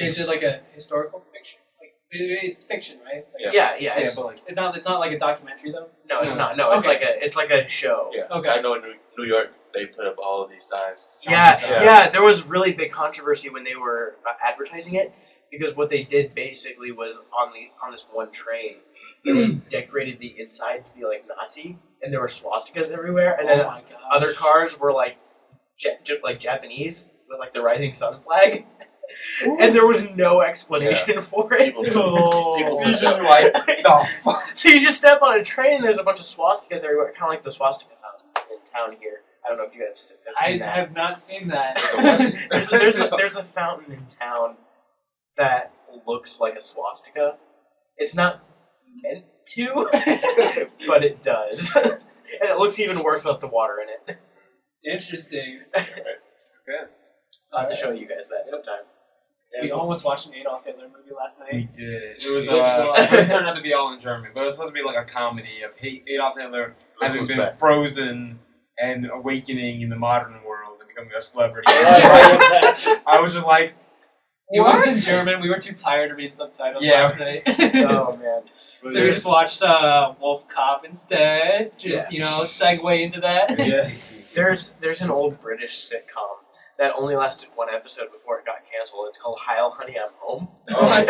Speaker 4: Yeah.
Speaker 1: It's just like a historical fiction. Like it- it's fiction, right? Like,
Speaker 4: Yeah.
Speaker 3: yeah, yeah.
Speaker 2: Yeah,
Speaker 3: It's,
Speaker 2: but like,
Speaker 1: It's not. It's not like a documentary though.
Speaker 3: no, it's
Speaker 2: No.
Speaker 3: not. No, it's
Speaker 1: Okay.
Speaker 3: like a it's like a show.
Speaker 4: Yeah.
Speaker 1: Okay.
Speaker 4: I know in New- New York they put up all of these signs.
Speaker 3: Yeah,
Speaker 4: Yeah.
Speaker 3: yeah, There was really big controversy when they were uh, advertising it because what they did basically was on the on this one train, they like, decorated the inside to be like Nazi, and there were swastikas everywhere, and then
Speaker 1: oh my god.
Speaker 3: other cars were like, ja- ja- like Japanese with like the rising sun flag, and there was no explanation for it.
Speaker 4: People, people
Speaker 2: You
Speaker 4: switch
Speaker 2: should be
Speaker 4: up.
Speaker 2: like, the fuck?
Speaker 3: so you just step on a train, and there's a bunch of swastikas everywhere, kind of like the swastika fountain in town here. I don't know if you have, s- have
Speaker 1: I
Speaker 3: seen that.
Speaker 1: have not seen that.
Speaker 3: there's, a, there's, a, there's a fountain in town that looks like a swastika. It's not meant to, but it does. and it looks even worse without the water in it.
Speaker 1: Interesting.
Speaker 3: I'll have to show you guys that sometime.
Speaker 1: We almost watched an Adolf Hitler movie last night.
Speaker 2: We did. It was
Speaker 4: Which
Speaker 2: uh,
Speaker 3: one?
Speaker 2: it turned out to be all in German, but it was supposed to be like a comedy of Ha- Adolf Hitler having
Speaker 4: Who's
Speaker 2: been
Speaker 4: back?
Speaker 2: frozen and awakening in the modern world and becoming a celebrity.
Speaker 5: Yeah.
Speaker 2: I was just like,
Speaker 1: It was in
Speaker 2: What?
Speaker 1: German. We were too tired to read subtitles
Speaker 2: Yeah.
Speaker 1: last night.
Speaker 3: oh man.
Speaker 1: so we just watched uh, Wolf Cop instead. Just you know, segue into that.
Speaker 2: yes.
Speaker 3: There's there's an old British sitcom that only lasted one episode before it got canceled. It's called Heil Honey I'm Home.
Speaker 4: Oh,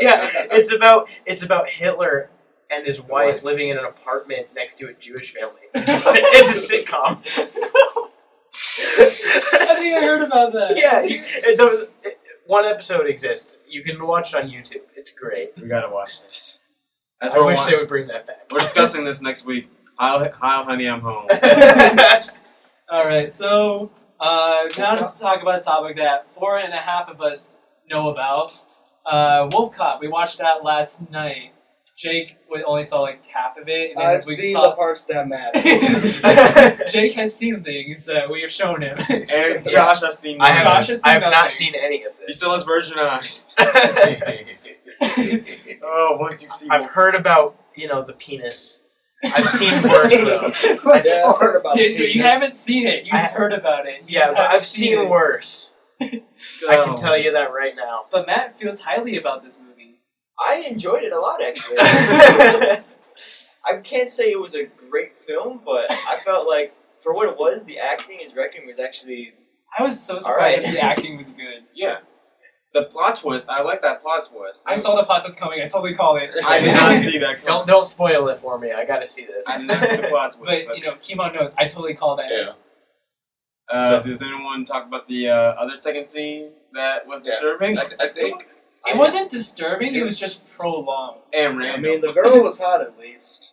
Speaker 3: yeah, it's about it's about Hitler and his wife
Speaker 4: Wife.
Speaker 3: living in an apartment next to a Jewish family. it's a sitcom.
Speaker 1: I think I heard about that.
Speaker 3: yeah, you, it, there was, it, one episode exists. You can watch it on YouTube. It's great.
Speaker 2: We gotta watch this. That's
Speaker 3: I
Speaker 2: what
Speaker 3: wish
Speaker 2: we're,
Speaker 3: they would bring that back.
Speaker 2: we're discussing this next week. I'll, I'll honey, I'm home.
Speaker 1: All right. So uh, now to talk about a topic that four and a half of us know about. Uh, Wolf Cop. We watched that last night. Jake we only saw like half of it. And then
Speaker 5: I've
Speaker 1: we
Speaker 5: seen the
Speaker 1: saw...
Speaker 5: parts that matter.
Speaker 1: Jake has seen things that we have shown him.
Speaker 2: And Josh has seen
Speaker 3: I
Speaker 1: Josh
Speaker 2: none.
Speaker 3: have,
Speaker 1: has seen
Speaker 3: I have
Speaker 1: nothing.
Speaker 3: not seen any of
Speaker 2: He
Speaker 3: this.
Speaker 2: still has virginized. Oh, what did you see?
Speaker 3: I've heard about you know the penis. I've seen worse though.
Speaker 5: Yeah, I've heard about
Speaker 1: you,
Speaker 5: the
Speaker 1: you
Speaker 5: penis.
Speaker 1: haven't seen it. You just
Speaker 3: I-
Speaker 1: heard about it. You
Speaker 3: Yeah,
Speaker 1: just
Speaker 3: but
Speaker 1: haven't
Speaker 3: I've seen
Speaker 1: it.
Speaker 3: worse. I
Speaker 2: Oh.
Speaker 6: Oh.
Speaker 3: can tell you that right now.
Speaker 1: But Matt feels highly about this movie.
Speaker 6: I enjoyed it a lot, actually. I can't say it was a great film, but I felt like for what it was, the acting and directing was actually
Speaker 1: I was so surprised
Speaker 6: right.
Speaker 1: that the acting was good.
Speaker 2: Yeah. The plot twist. I like that plot twist.
Speaker 1: I saw the plot twist coming. I totally called it.
Speaker 2: I did not see that. coming.
Speaker 3: don't don't spoil it for me. I gotta see this.
Speaker 2: I did not see the plot twist.
Speaker 1: But you know, Kimon knows. I totally called that.
Speaker 4: yeah.
Speaker 2: Uh,
Speaker 4: So-
Speaker 2: does anyone talk about the uh, other second scene that was
Speaker 4: Yeah.
Speaker 2: disturbing?
Speaker 4: I, I think
Speaker 1: It wasn't disturbing. It was just prolonged.
Speaker 2: and
Speaker 5: I
Speaker 2: random.
Speaker 5: mean, the girl was hot at least.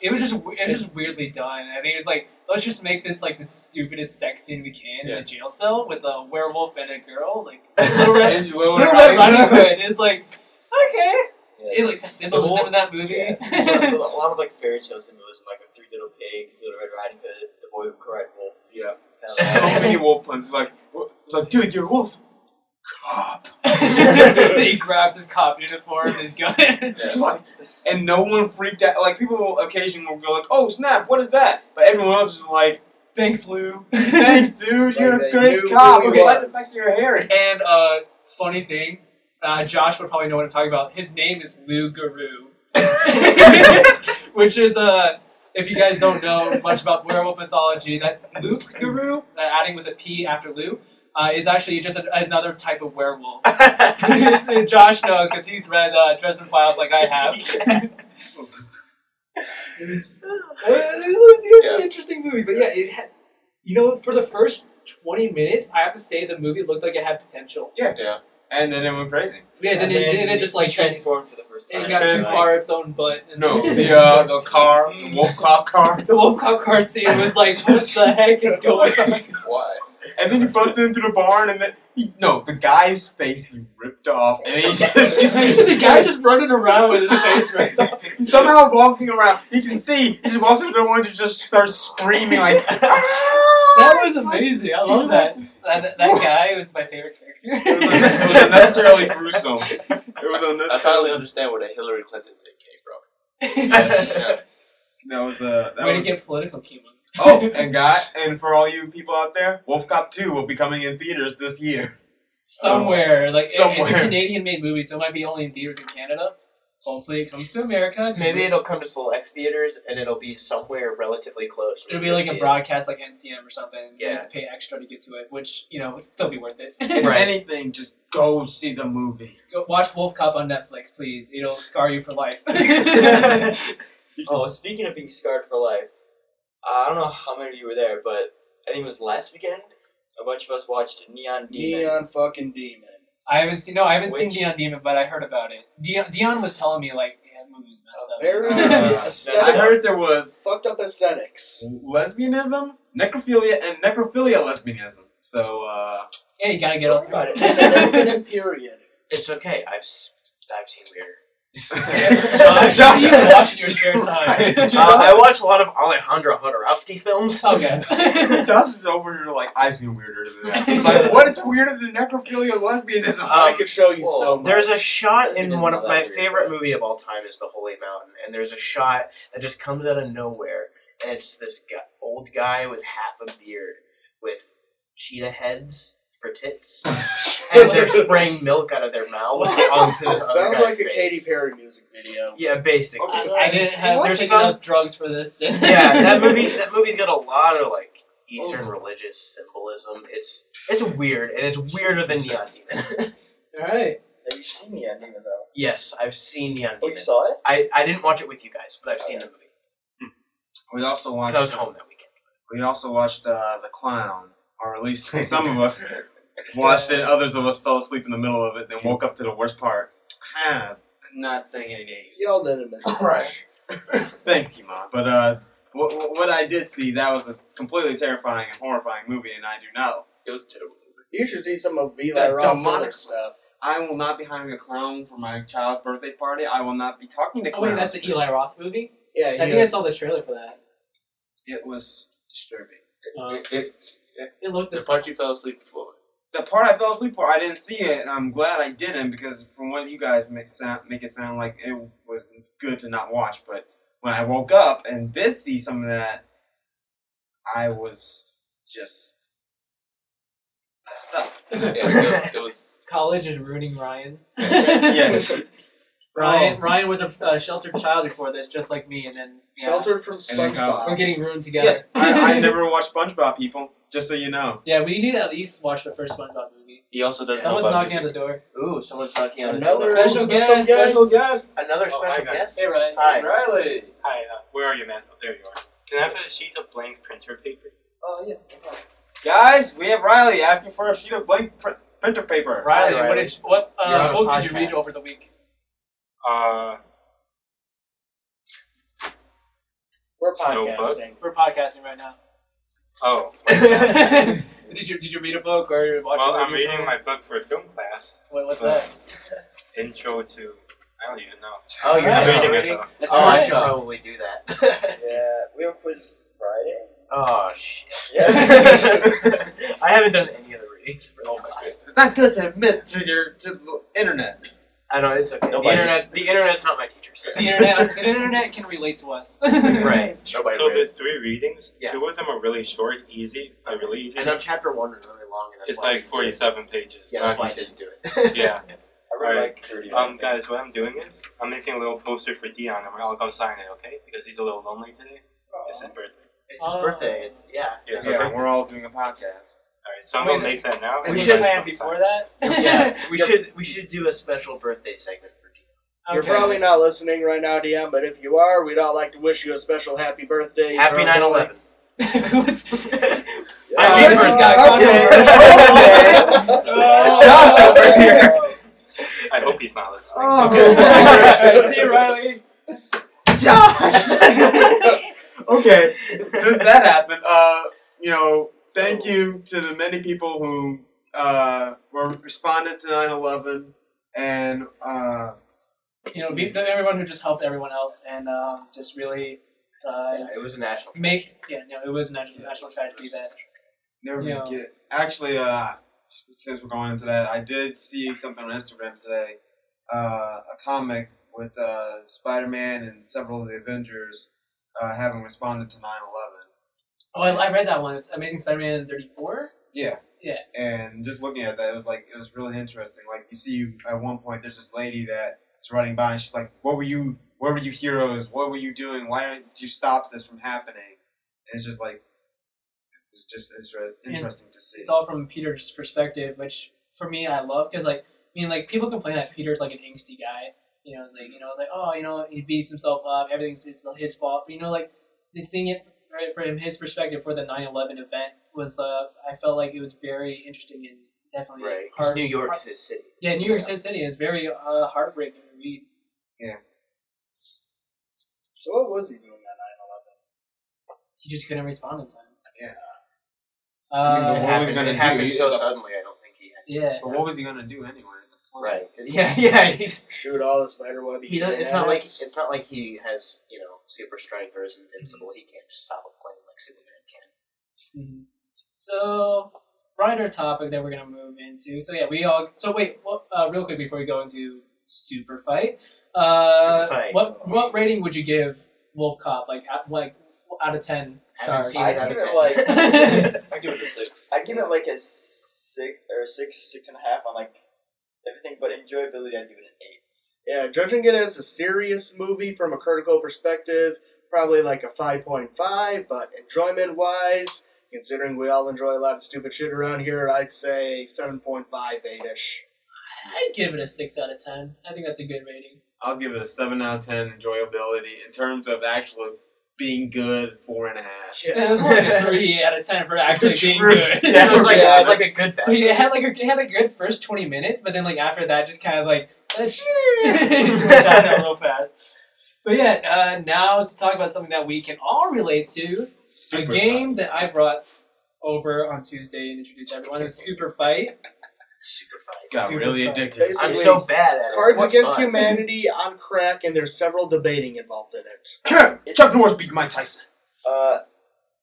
Speaker 1: It was just it was just weirdly done. I mean, it was like let's just make this like the stupidest sex scene we can in
Speaker 4: Yeah.
Speaker 1: the jail cell with a werewolf and a girl. Like Little Red,
Speaker 2: And Little
Speaker 1: Little Red Riding Hood is like okay. It, like the symbolism
Speaker 6: whole-
Speaker 1: in that movie.
Speaker 6: Yeah. So, a lot of like fairy tale symbolism, like the Three Little Pigs, Little Red Riding Hood, the Boy Who Cried Wolf.
Speaker 2: Yeah. So
Speaker 6: Kind of like-
Speaker 2: many wolf puns. Like, wh- it's like, dude, you're a wolf. Cop.
Speaker 1: Then he grabs his cop uniform, his gun.
Speaker 2: Like, and no one freaked out. Like, people occasionally will go like, oh, snap, what is that? But everyone else is like,
Speaker 1: Thanks, Lou.
Speaker 2: thanks, dude,
Speaker 5: Like,
Speaker 2: you're
Speaker 5: they
Speaker 2: a great
Speaker 5: knew
Speaker 2: cop.
Speaker 5: who
Speaker 2: Okay,
Speaker 5: he
Speaker 2: like the
Speaker 5: was.
Speaker 2: fact you're hairy.
Speaker 1: And uh, funny thing, uh, Josh would probably know what I'm talking about. His name is Lou Guru, which is uh, if you guys don't know much about werewolf mythology, that Lou Guru, uh, adding with a P after Lou, uh, is actually just a, another type of werewolf. And Josh knows because he's read uh, Dresden Files like I have. It was, it was, it was an
Speaker 4: Yeah.
Speaker 1: interesting movie, but yeah, it had. You know, for the first twenty minutes, I have to say the movie looked like it had potential.
Speaker 4: yeah.
Speaker 2: And then it went crazy.
Speaker 1: Yeah, then,
Speaker 6: and
Speaker 1: it, then it
Speaker 6: we-
Speaker 1: just
Speaker 6: we
Speaker 1: like trans-
Speaker 6: transformed for the was
Speaker 1: It
Speaker 6: like-
Speaker 1: got too
Speaker 2: Trans-
Speaker 1: far its own butt. and-
Speaker 2: No, the uh, the car, the wolf cop car,
Speaker 1: the wolf cop car scene was like, what the heck is going on?
Speaker 6: Why?
Speaker 2: and then he busted into the barn, and then he, no, the guy's face he ripped off, and he just
Speaker 1: the guy just running around with his face ripped off.
Speaker 2: He's somehow walking around. He can see. He just walks up to the window and just starts screaming like. "Ah!"
Speaker 1: That was amazing. I love that. That, that guy was my favorite
Speaker 2: It was,
Speaker 1: character.
Speaker 2: it was unnecessarily gruesome. It was
Speaker 4: I finally
Speaker 2: unnecessarily.
Speaker 4: understand where the Hillary Clinton thing came from.
Speaker 2: That was uh. That
Speaker 1: Way to
Speaker 2: was,
Speaker 1: get political, Kimo.
Speaker 2: oh, and guy, and for all you people out there, Wolf Cop Two will be coming in theaters this year.
Speaker 1: Somewhere. like, it- it's a
Speaker 2: oh, somewhere.
Speaker 1: Canadian made movie, so it might be only in theaters in Canada. Hopefully, it comes to America. 'cause
Speaker 3: Maybe it'll come to select theaters and it'll be somewhere relatively close.
Speaker 1: It'll be like
Speaker 3: See
Speaker 1: a
Speaker 3: it.
Speaker 1: broadcast, like NCM or something. and You
Speaker 3: Yeah.
Speaker 1: have to pay extra to get to it, which you know would still be worth it.
Speaker 2: If
Speaker 3: Right.
Speaker 2: anything, just go see the movie.
Speaker 1: Go watch Wolf Cop on Netflix, please. It'll scar you for life.
Speaker 6: Oh, speaking of being scarred for life, I don't know how many of you were there, but I think it was last weekend. A bunch of us watched Neon Demon.
Speaker 5: Neon fucking demon.
Speaker 1: I haven't seen. No, I haven't seen
Speaker 6: Which-
Speaker 1: Dion Demon, but I heard about it. Dion, Dion was telling me like, yeah, that movie's messed
Speaker 5: A
Speaker 1: up.
Speaker 5: very
Speaker 2: Uh, I
Speaker 5: aesthetic,
Speaker 2: heard there was
Speaker 5: fucked up aesthetics.
Speaker 2: lesbianism, necrophilia, and necrophilia lesbianism. So uh,
Speaker 1: yeah, you gotta get
Speaker 6: Don't
Speaker 1: over
Speaker 6: worry
Speaker 1: it.
Speaker 6: about it.
Speaker 5: Infinite period.
Speaker 3: It's okay. I've s- I've seen weirder.
Speaker 1: Josh, what are you watching your spare time?
Speaker 3: Uh, I watch a lot of Alejandro Hodorowski films.
Speaker 1: Oh, okay.
Speaker 2: Josh is over here like I've seen weirder than that. He's like what? It's weirder than necrophilia and lesbianism.
Speaker 5: I
Speaker 3: Um,
Speaker 5: could show you
Speaker 6: whoa,
Speaker 5: so much.
Speaker 3: There's a shot
Speaker 6: Doesn't
Speaker 3: in
Speaker 6: mean
Speaker 3: one of
Speaker 6: it's not
Speaker 3: my
Speaker 6: that weird,
Speaker 3: favorite
Speaker 6: but-
Speaker 3: movie of all time is The Holy Mountain, and there's a shot that just comes out of nowhere, and it's this gu old guy with half a beard with cheetah heads for tits, and they're spraying milk out of their mouths onto this other
Speaker 5: Sounds
Speaker 3: guy's
Speaker 5: like a Katy
Speaker 3: face.
Speaker 5: Perry music video.
Speaker 3: Yeah, basically.
Speaker 5: Okay.
Speaker 1: I didn't have
Speaker 3: There's
Speaker 1: taken
Speaker 3: some-
Speaker 1: enough drugs for this. yeah,
Speaker 3: yeah, that movie. That movie's got a lot of like Eastern
Speaker 5: Oh.
Speaker 3: religious symbolism. It's it's weird, and it's weirder than Neon Demon.
Speaker 1: All right.
Speaker 6: Have you seen Neon Demon though?
Speaker 3: yes, I've seen Neon
Speaker 6: Oh,
Speaker 3: Demon.
Speaker 6: you saw it?
Speaker 3: I, I didn't watch it with you guys, but I've seen the movie
Speaker 2: We also
Speaker 3: because
Speaker 2: watched.
Speaker 3: I was home that weekend.
Speaker 2: We also watched uh, the clown, or at least some of us watched it. Others of us fell asleep in the middle of it, then woke up to the worst part. Ah, I'm not saying any names.
Speaker 5: Y'all didn't miss much.
Speaker 4: Right.
Speaker 2: Thank you, mom. But uh, what, what I did see that was a completely terrifying and horrifying movie, and I do know
Speaker 4: It was a terrible movie.
Speaker 5: You should see some of Vila
Speaker 2: That
Speaker 5: Rossler
Speaker 2: demonic-
Speaker 5: stuff.
Speaker 2: I will not be hiring a clown for my child's birthday party. I will not be talking to
Speaker 1: Oh wait,
Speaker 2: clowns.
Speaker 1: that's an Eli Roth movie.
Speaker 5: Yeah,
Speaker 1: I
Speaker 5: he
Speaker 1: think I
Speaker 5: is.
Speaker 1: saw the trailer for that. e-
Speaker 2: It was disturbing.
Speaker 1: Um,
Speaker 4: It- it-
Speaker 1: it looked
Speaker 4: the
Speaker 1: dis-
Speaker 4: part you fell asleep for.
Speaker 2: The part I fell asleep for, I didn't see it, and I'm glad I didn't because from what you guys make sound make it sound like it was good to not watch. But when I woke up and did see some of that, I was just messed up.
Speaker 4: Yeah, it, it was.
Speaker 1: college is ruining Ryan.
Speaker 2: yes, Oh.
Speaker 1: Ryan Ryan was a uh, sheltered child before this, just like me, and then yeah,
Speaker 5: Sheltered from
Speaker 2: then Kyle.
Speaker 1: We're
Speaker 5: SpongeBob.
Speaker 1: getting ruined together.
Speaker 2: yes. I, I never watched SpongeBob, people. Just so you know,
Speaker 1: yeah, we need to at least watch the first SpongeBob movie.
Speaker 4: He also doesn't know
Speaker 1: Someone's
Speaker 4: about
Speaker 1: knocking
Speaker 4: music.
Speaker 1: at the door.
Speaker 3: Ooh, someone's knocking on the
Speaker 5: Another
Speaker 3: door.
Speaker 1: Special guest.
Speaker 5: Special
Speaker 2: guest,
Speaker 3: Another
Speaker 7: Oh,
Speaker 3: special
Speaker 7: I got it.
Speaker 3: guest.
Speaker 1: Hey Ryan.
Speaker 3: Hi.
Speaker 2: Riley.
Speaker 7: Hi, uh, where are you, man? Oh, there you are. Can I have a sheet of blank printer paper?
Speaker 6: Oh yeah.
Speaker 2: Guys, we have Riley asking for a sheet of blank pr- printer paper.
Speaker 1: Riley,
Speaker 3: Hi,
Speaker 1: what
Speaker 3: Riley.
Speaker 1: did you, what
Speaker 7: You're
Speaker 1: uh,
Speaker 7: on a
Speaker 1: book did you read
Speaker 7: podcast.
Speaker 1: over the week?
Speaker 7: Uh,
Speaker 5: We're
Speaker 7: Snowbug.
Speaker 5: podcasting.
Speaker 1: We're podcasting right now.
Speaker 7: oh.
Speaker 1: did you did you read a book or watch
Speaker 7: well,
Speaker 1: a movie
Speaker 7: I'm
Speaker 1: or
Speaker 7: reading
Speaker 1: something?
Speaker 7: my book for a film class.
Speaker 1: What, what's
Speaker 7: Uh,
Speaker 1: that?
Speaker 7: Intro to. I don't even know.
Speaker 3: Oh, you're
Speaker 1: Alright.
Speaker 7: I'm
Speaker 3: not
Speaker 7: reading
Speaker 3: reading?
Speaker 7: it though.
Speaker 6: That's
Speaker 3: Oh, I
Speaker 1: Alright.
Speaker 3: should probably do that.
Speaker 6: Yeah, we have a quiz Friday.
Speaker 3: oh shit.
Speaker 6: Yeah.
Speaker 3: I haven't done any other readings for this class.
Speaker 2: It's not good to admit to your to the internet.
Speaker 3: I know it's okay.
Speaker 4: Nobody-
Speaker 3: The internet, the internet's not my teacher. So.
Speaker 1: The internet, the internet can relate to us.
Speaker 3: right.
Speaker 4: Nobody
Speaker 7: So
Speaker 4: read it.
Speaker 7: there's three readings.
Speaker 3: Yeah.
Speaker 7: Two of them are really short, easy, uh, really easy.
Speaker 3: I know chapter one was really long, and that's
Speaker 7: It's
Speaker 3: why I
Speaker 7: like
Speaker 3: didn't do it.
Speaker 7: 47 pages.
Speaker 3: Yeah, that's
Speaker 7: not
Speaker 3: why I
Speaker 7: easy.
Speaker 3: didn't do it.
Speaker 7: Yeah.
Speaker 6: I read
Speaker 7: Alright.
Speaker 6: like thirty.
Speaker 7: Um, guys, what I'm doing is I'm making a little poster for Dion, and we're all gonna sign it, okay? Because he's a little lonely today. It's his birthday.
Speaker 3: It's his
Speaker 1: Oh.
Speaker 3: birthday. It's yeah.
Speaker 7: Yeah.
Speaker 2: Yeah, we're all doing a podcast.
Speaker 7: Alright, so I'm
Speaker 1: Wait
Speaker 7: gonna
Speaker 1: a-
Speaker 7: make that now.
Speaker 1: Is
Speaker 7: and
Speaker 1: we
Speaker 7: you guys
Speaker 1: should plan
Speaker 7: can sign
Speaker 1: before
Speaker 7: it.
Speaker 1: that.
Speaker 3: yeah. We
Speaker 1: You're-
Speaker 3: should we should do a special birthday segment for Dion.
Speaker 5: You're
Speaker 1: okay.
Speaker 5: probably not listening right now, DM, but if you are, we'd all like to wish you a special happy birthday.
Speaker 3: Happy
Speaker 5: You're
Speaker 3: 9
Speaker 5: all-
Speaker 3: 11.
Speaker 5: Yeah.
Speaker 2: Uh,
Speaker 1: I
Speaker 3: think she's got
Speaker 2: okay.
Speaker 5: Okay.
Speaker 2: Josh over here.
Speaker 7: I hope he's not listening.
Speaker 1: Alright, see you, Riley.
Speaker 2: Josh. okay, since that happened, uh, you know, thank you to the many people who uh, were responded to 9/11 and uh,
Speaker 1: You know, be, to everyone who just helped everyone else and um, just really uh,
Speaker 3: Yeah, it was a national.
Speaker 1: make yeah. No, it was a national, national tragedy that
Speaker 2: never
Speaker 1: Yeah.
Speaker 2: forget. Actually, uh, since we're going into that, I did see something on Instagram today, uh, a comic with uh, Spider-Man and several of the Avengers uh, having responded to 9/11.
Speaker 1: Oh, I, I read that one. It's Amazing Spider-Man 34.
Speaker 2: Yeah.
Speaker 1: Yeah.
Speaker 2: And just looking at that, it was like it was really interesting. Like you see, at one point, there's this lady that is running by, and she's like, "What were you? Where were you heroes? What were you doing? Why didn't you stop this from happening?" And it's just like it's just it's re- interesting to see.
Speaker 1: It's all from Peter's perspective, which for me I love because like I mean like people complain that Peter's like an angsty guy. You know, it's like you know it's like oh you know he beats himself up, everything's his, his fault. But you know like they seeing it right from his perspective for the 9/11 event was uh I felt like it was very interesting and definitely
Speaker 3: Right. It's
Speaker 1: heart-
Speaker 3: New York
Speaker 1: heart-
Speaker 3: City.
Speaker 1: yeah, New York City is very uh, heartbreaking to read.
Speaker 5: So what was he doing that
Speaker 1: He just couldn't respond in time.
Speaker 2: Yeah. I
Speaker 1: Uh,
Speaker 2: mean, the
Speaker 3: it
Speaker 2: what was
Speaker 3: happened,
Speaker 2: he gonna
Speaker 3: it
Speaker 2: do?
Speaker 3: happened
Speaker 2: He's
Speaker 3: so
Speaker 2: just-
Speaker 3: suddenly. I don't think he had.
Speaker 1: yeah.
Speaker 2: but what was he gonna do anyway? It's a plan.
Speaker 3: Right. Yeah. Yeah. He's.
Speaker 5: 9/11? Shoot all the spider web.
Speaker 3: He does, it's not like it's not like he has you know super strength or is invincible. He can't just stop a plane like Superman
Speaker 1: Mhm.
Speaker 3: can.
Speaker 1: So brighter topic that we're gonna move into. So yeah, we all. So wait, what, uh, real quick before we go into super fight, uh,
Speaker 3: Super Fight.
Speaker 1: what what rating would you give Wolf Cop? Like out, like out of ten
Speaker 3: Haven't
Speaker 1: stars.
Speaker 3: seen
Speaker 6: I
Speaker 3: it out
Speaker 6: give
Speaker 3: of
Speaker 6: it,
Speaker 3: 10.
Speaker 6: like-
Speaker 4: I give it a six.
Speaker 6: I'd give it like a six or six, six and a half on like everything, but enjoyability, I'd give it an eight.
Speaker 5: Yeah, judging it as a serious movie from a critical perspective, probably like a 5.5, but enjoyment wise, considering we all enjoy a lot of stupid shit around here, I'd say 7.58 ish.
Speaker 1: I'd give it a six out of ten. I think that's a good rating.
Speaker 2: I'll give it a seven out of ten enjoyability in terms of actually being good. Four and a half.
Speaker 1: It was more like a three out of ten for actually being
Speaker 2: True.
Speaker 1: good.
Speaker 2: Yeah,
Speaker 1: it was like,
Speaker 5: yeah,
Speaker 1: it was like
Speaker 3: a good
Speaker 1: a, it had like a, it had a good first twenty minutes, but then like after that, just kind of like eh, let's went downhill real fast. But yeah, uh, now to talk about something that we can all relate to. a
Speaker 2: Super
Speaker 1: game that I brought over on Tuesday and introduced everyone is Super Fight.
Speaker 3: Super fight.
Speaker 2: got
Speaker 1: Super
Speaker 2: really
Speaker 1: fun.
Speaker 2: addicted.
Speaker 5: Basically-
Speaker 3: I'm so bad at it.
Speaker 5: Cards
Speaker 3: What's
Speaker 5: Against
Speaker 3: fun?
Speaker 5: Humanity on crack, and there's several debating involved in it.
Speaker 2: Chuck Norris beat Mike Tyson.
Speaker 6: Uh,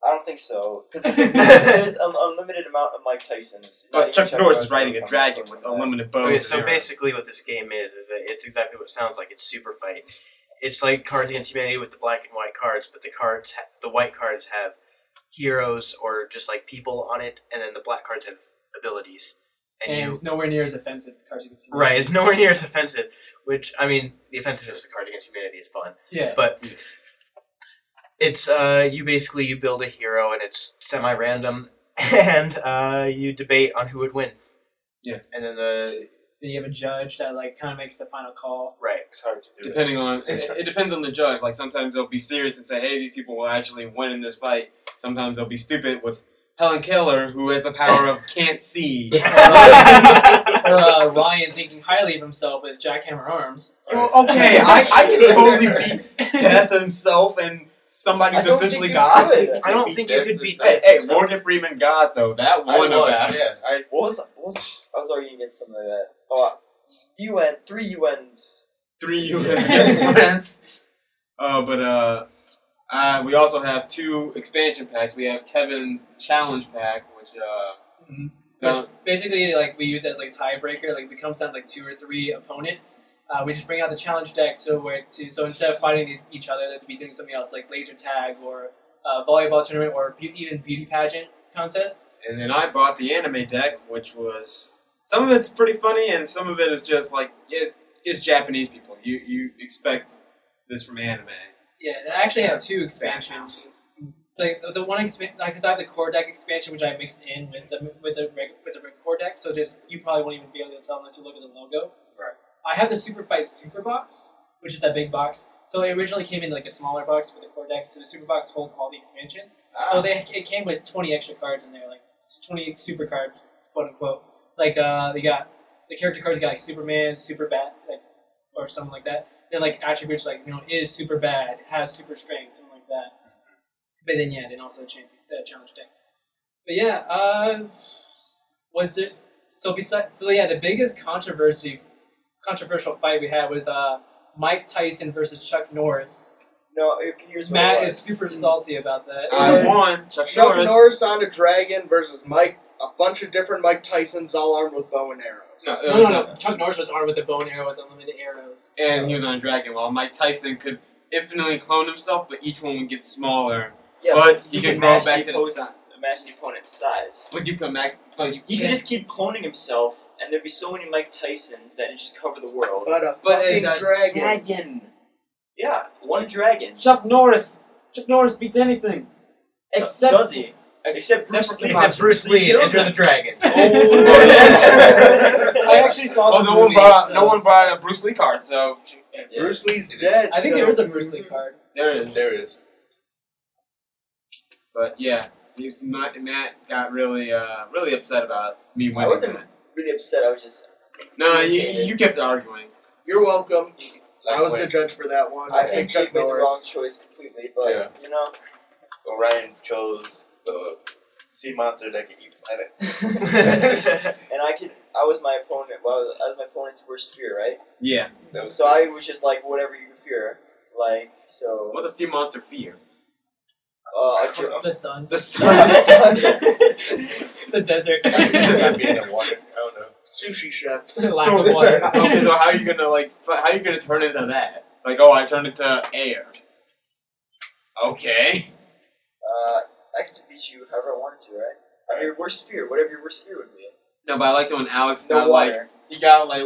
Speaker 6: I don't think so because there's an unlimited amount of Mike Tyson's.
Speaker 2: But
Speaker 6: Not even
Speaker 2: Chuck Norris is
Speaker 6: gonna
Speaker 2: riding a
Speaker 6: come
Speaker 2: dragon
Speaker 6: up
Speaker 2: with
Speaker 6: that.
Speaker 2: unlimited bows.
Speaker 3: Okay,
Speaker 2: and
Speaker 3: so
Speaker 2: arrows.
Speaker 3: basically, what this game is is that it's exactly what it sounds like. It's super fight. It's like Cards Against Humanity with the black and white cards, but the cards, ha- the white cards have heroes or just like people on it, and then the black cards have abilities. And,
Speaker 1: And
Speaker 3: you
Speaker 1: it's nowhere near as offensive as Cards Against Humanity.
Speaker 3: right, it's nowhere near as offensive. Which I mean, the offensiveness of Cards Against Humanity is fun,
Speaker 1: Yeah.
Speaker 3: but it's uh, you basically you build a hero, and it's semi-random, and uh, you debate on who would win.
Speaker 2: Yeah.
Speaker 3: and then the
Speaker 1: Then you have a judge that like kind of makes the final call.
Speaker 3: right.
Speaker 4: It's hard to do.
Speaker 2: depending on it, it depends on the judge. Like sometimes they'll be serious and say, "Hey, these people will actually win in this fight." Sometimes they'll be stupid with Helen Keller, who has the power of can't see.
Speaker 1: Or uh, Ryan thinking highly of himself with jackhammer arms.
Speaker 2: well, okay, I, I can totally beat Death himself, and
Speaker 6: I
Speaker 2: somebody's
Speaker 6: don't
Speaker 2: essentially
Speaker 6: think
Speaker 2: God.
Speaker 6: you could.
Speaker 3: I don't
Speaker 4: Beat
Speaker 3: think you
Speaker 4: Death
Speaker 3: could
Speaker 4: to
Speaker 3: beat-
Speaker 4: save
Speaker 2: Hey, hey,
Speaker 4: yourself.
Speaker 2: Morgan Freeman God though that
Speaker 4: I
Speaker 2: one
Speaker 4: won.
Speaker 2: about.
Speaker 4: Yeah, I
Speaker 6: What was, what was I was arguing against something like that. Oh, UN three UNs.
Speaker 2: three units against France. Uh, but uh, uh, we also have two expansion packs. We have Kevin's challenge pack, which uh,
Speaker 6: Mm-hmm.
Speaker 1: Mhm.
Speaker 2: don't-
Speaker 1: Basically, like we use it as like a tiebreaker. Like we come down to like two or three opponents. Uh, we just bring out the challenge deck so we're to so instead of fighting e-, each other, they'd be doing something else like laser tag or uh, volleyball tournament or be- even beauty pageant contest.
Speaker 2: and then I bought the anime deck, which was some of it's pretty funny, and some of it is just like it is Japanese people. You you expect this from anime
Speaker 1: Yeah, and I actually have two expansions. So like, the- the one expansion, because I have the core deck expansion, which I mixed in with the with the reg- with the reg- core deck. So just you probably won't even be able to tell unless you look at the logo.
Speaker 2: Right.
Speaker 1: I have the Super Fight Super Box, which is that big box. So it originally came in like a smaller box for the core deck. So the Super Box holds all the expansions.
Speaker 2: Ah.
Speaker 1: So they it came with twenty extra cards in there, like s- twenty super cards, quote unquote. Like uh, they got the character cards got like Superman, Super Bat, like or something like that. Then like attributes like you know is super bad, has super strength, something like that. But then yeah, then also the champion, the challenge deck. But yeah, uh, was there? So besides, so yeah, the biggest controversy, controversial fight we had was uh Mike Tyson versus Chuck Norris.
Speaker 6: No, it- here's what it
Speaker 1: Matt
Speaker 6: was.
Speaker 1: is super salty about that.
Speaker 2: I won.
Speaker 5: Chuck Norris. on a dragon versus Mike, a bunch of different Mike Tysons, all armed with bow and arrows.
Speaker 1: No, no, no. Chuck Norris was armed with a bow and arrow with unlimited arrows.
Speaker 2: And he was on a dragon while Mike Tyson could infinitely clone himself, but each one would get smaller.
Speaker 6: Yeah,
Speaker 2: but
Speaker 6: you
Speaker 2: he
Speaker 6: can
Speaker 2: could grow
Speaker 6: match
Speaker 2: back
Speaker 6: the
Speaker 2: to the
Speaker 6: opposed-
Speaker 2: sun.
Speaker 6: match the opponent's size.
Speaker 2: But you could back. But you
Speaker 6: He could
Speaker 2: can't-
Speaker 6: just keep cloning himself, and there'd be so many Mike Tysons that it just cover the
Speaker 1: Uh,
Speaker 6: world.
Speaker 5: But a
Speaker 2: But
Speaker 5: fucking
Speaker 2: is that-
Speaker 5: dragon.
Speaker 6: Yeah, one dragon.
Speaker 8: Chuck Norris. Chuck Norris beats anything. Except
Speaker 6: does he? Except Bruce Lee.
Speaker 8: Except
Speaker 6: Bruce Lee, Enter the
Speaker 3: Dragon.
Speaker 1: I actually saw.
Speaker 2: Oh,
Speaker 1: the
Speaker 2: no one
Speaker 1: movie,
Speaker 2: brought
Speaker 1: so-
Speaker 2: no one brought a Bruce Lee card, so
Speaker 5: Bruce Lee's dead.
Speaker 1: I think
Speaker 5: so-
Speaker 1: there was a Bruce Lee card.
Speaker 2: there it is.
Speaker 4: There is.
Speaker 2: But yeah, he was, Matt, Matt got really uh, really upset about me winning.
Speaker 6: I wasn't
Speaker 2: that.
Speaker 6: really upset. I was just.
Speaker 2: No, you,
Speaker 6: irritated.
Speaker 2: you kept arguing.
Speaker 5: You're welcome.
Speaker 4: Like
Speaker 5: I was
Speaker 4: when
Speaker 5: the judge for that one.
Speaker 6: I think
Speaker 5: picked
Speaker 6: Jake
Speaker 5: Chuck
Speaker 6: made the wrong
Speaker 5: Norris.
Speaker 6: choice completely, but
Speaker 4: Yeah.
Speaker 6: you know.
Speaker 4: Orion chose the sea monster that could eat the planet.
Speaker 6: and I could. I was my opponent. Well, I was my opponent's worst fear, right?
Speaker 2: Yeah.
Speaker 4: That was
Speaker 6: So I was just like, whatever you fear, like so.
Speaker 2: What does sea monster fear?
Speaker 6: Uh, a dra-
Speaker 1: The sun,
Speaker 2: The sun.
Speaker 1: the desert,
Speaker 4: not being in water. I don't know.
Speaker 5: Sushi chefs.
Speaker 1: lack of
Speaker 2: So-
Speaker 1: water.
Speaker 2: okay, so how are you gonna like? f- How are you gonna turn into that? Like, oh, I turned into air. Okay.
Speaker 6: uh, I could just beat you however I wanted to, right? I mean, your worst fear, whatever your worst fear would be.
Speaker 2: No, but I liked it when Alex
Speaker 6: No
Speaker 2: got like
Speaker 6: water.
Speaker 2: he got like I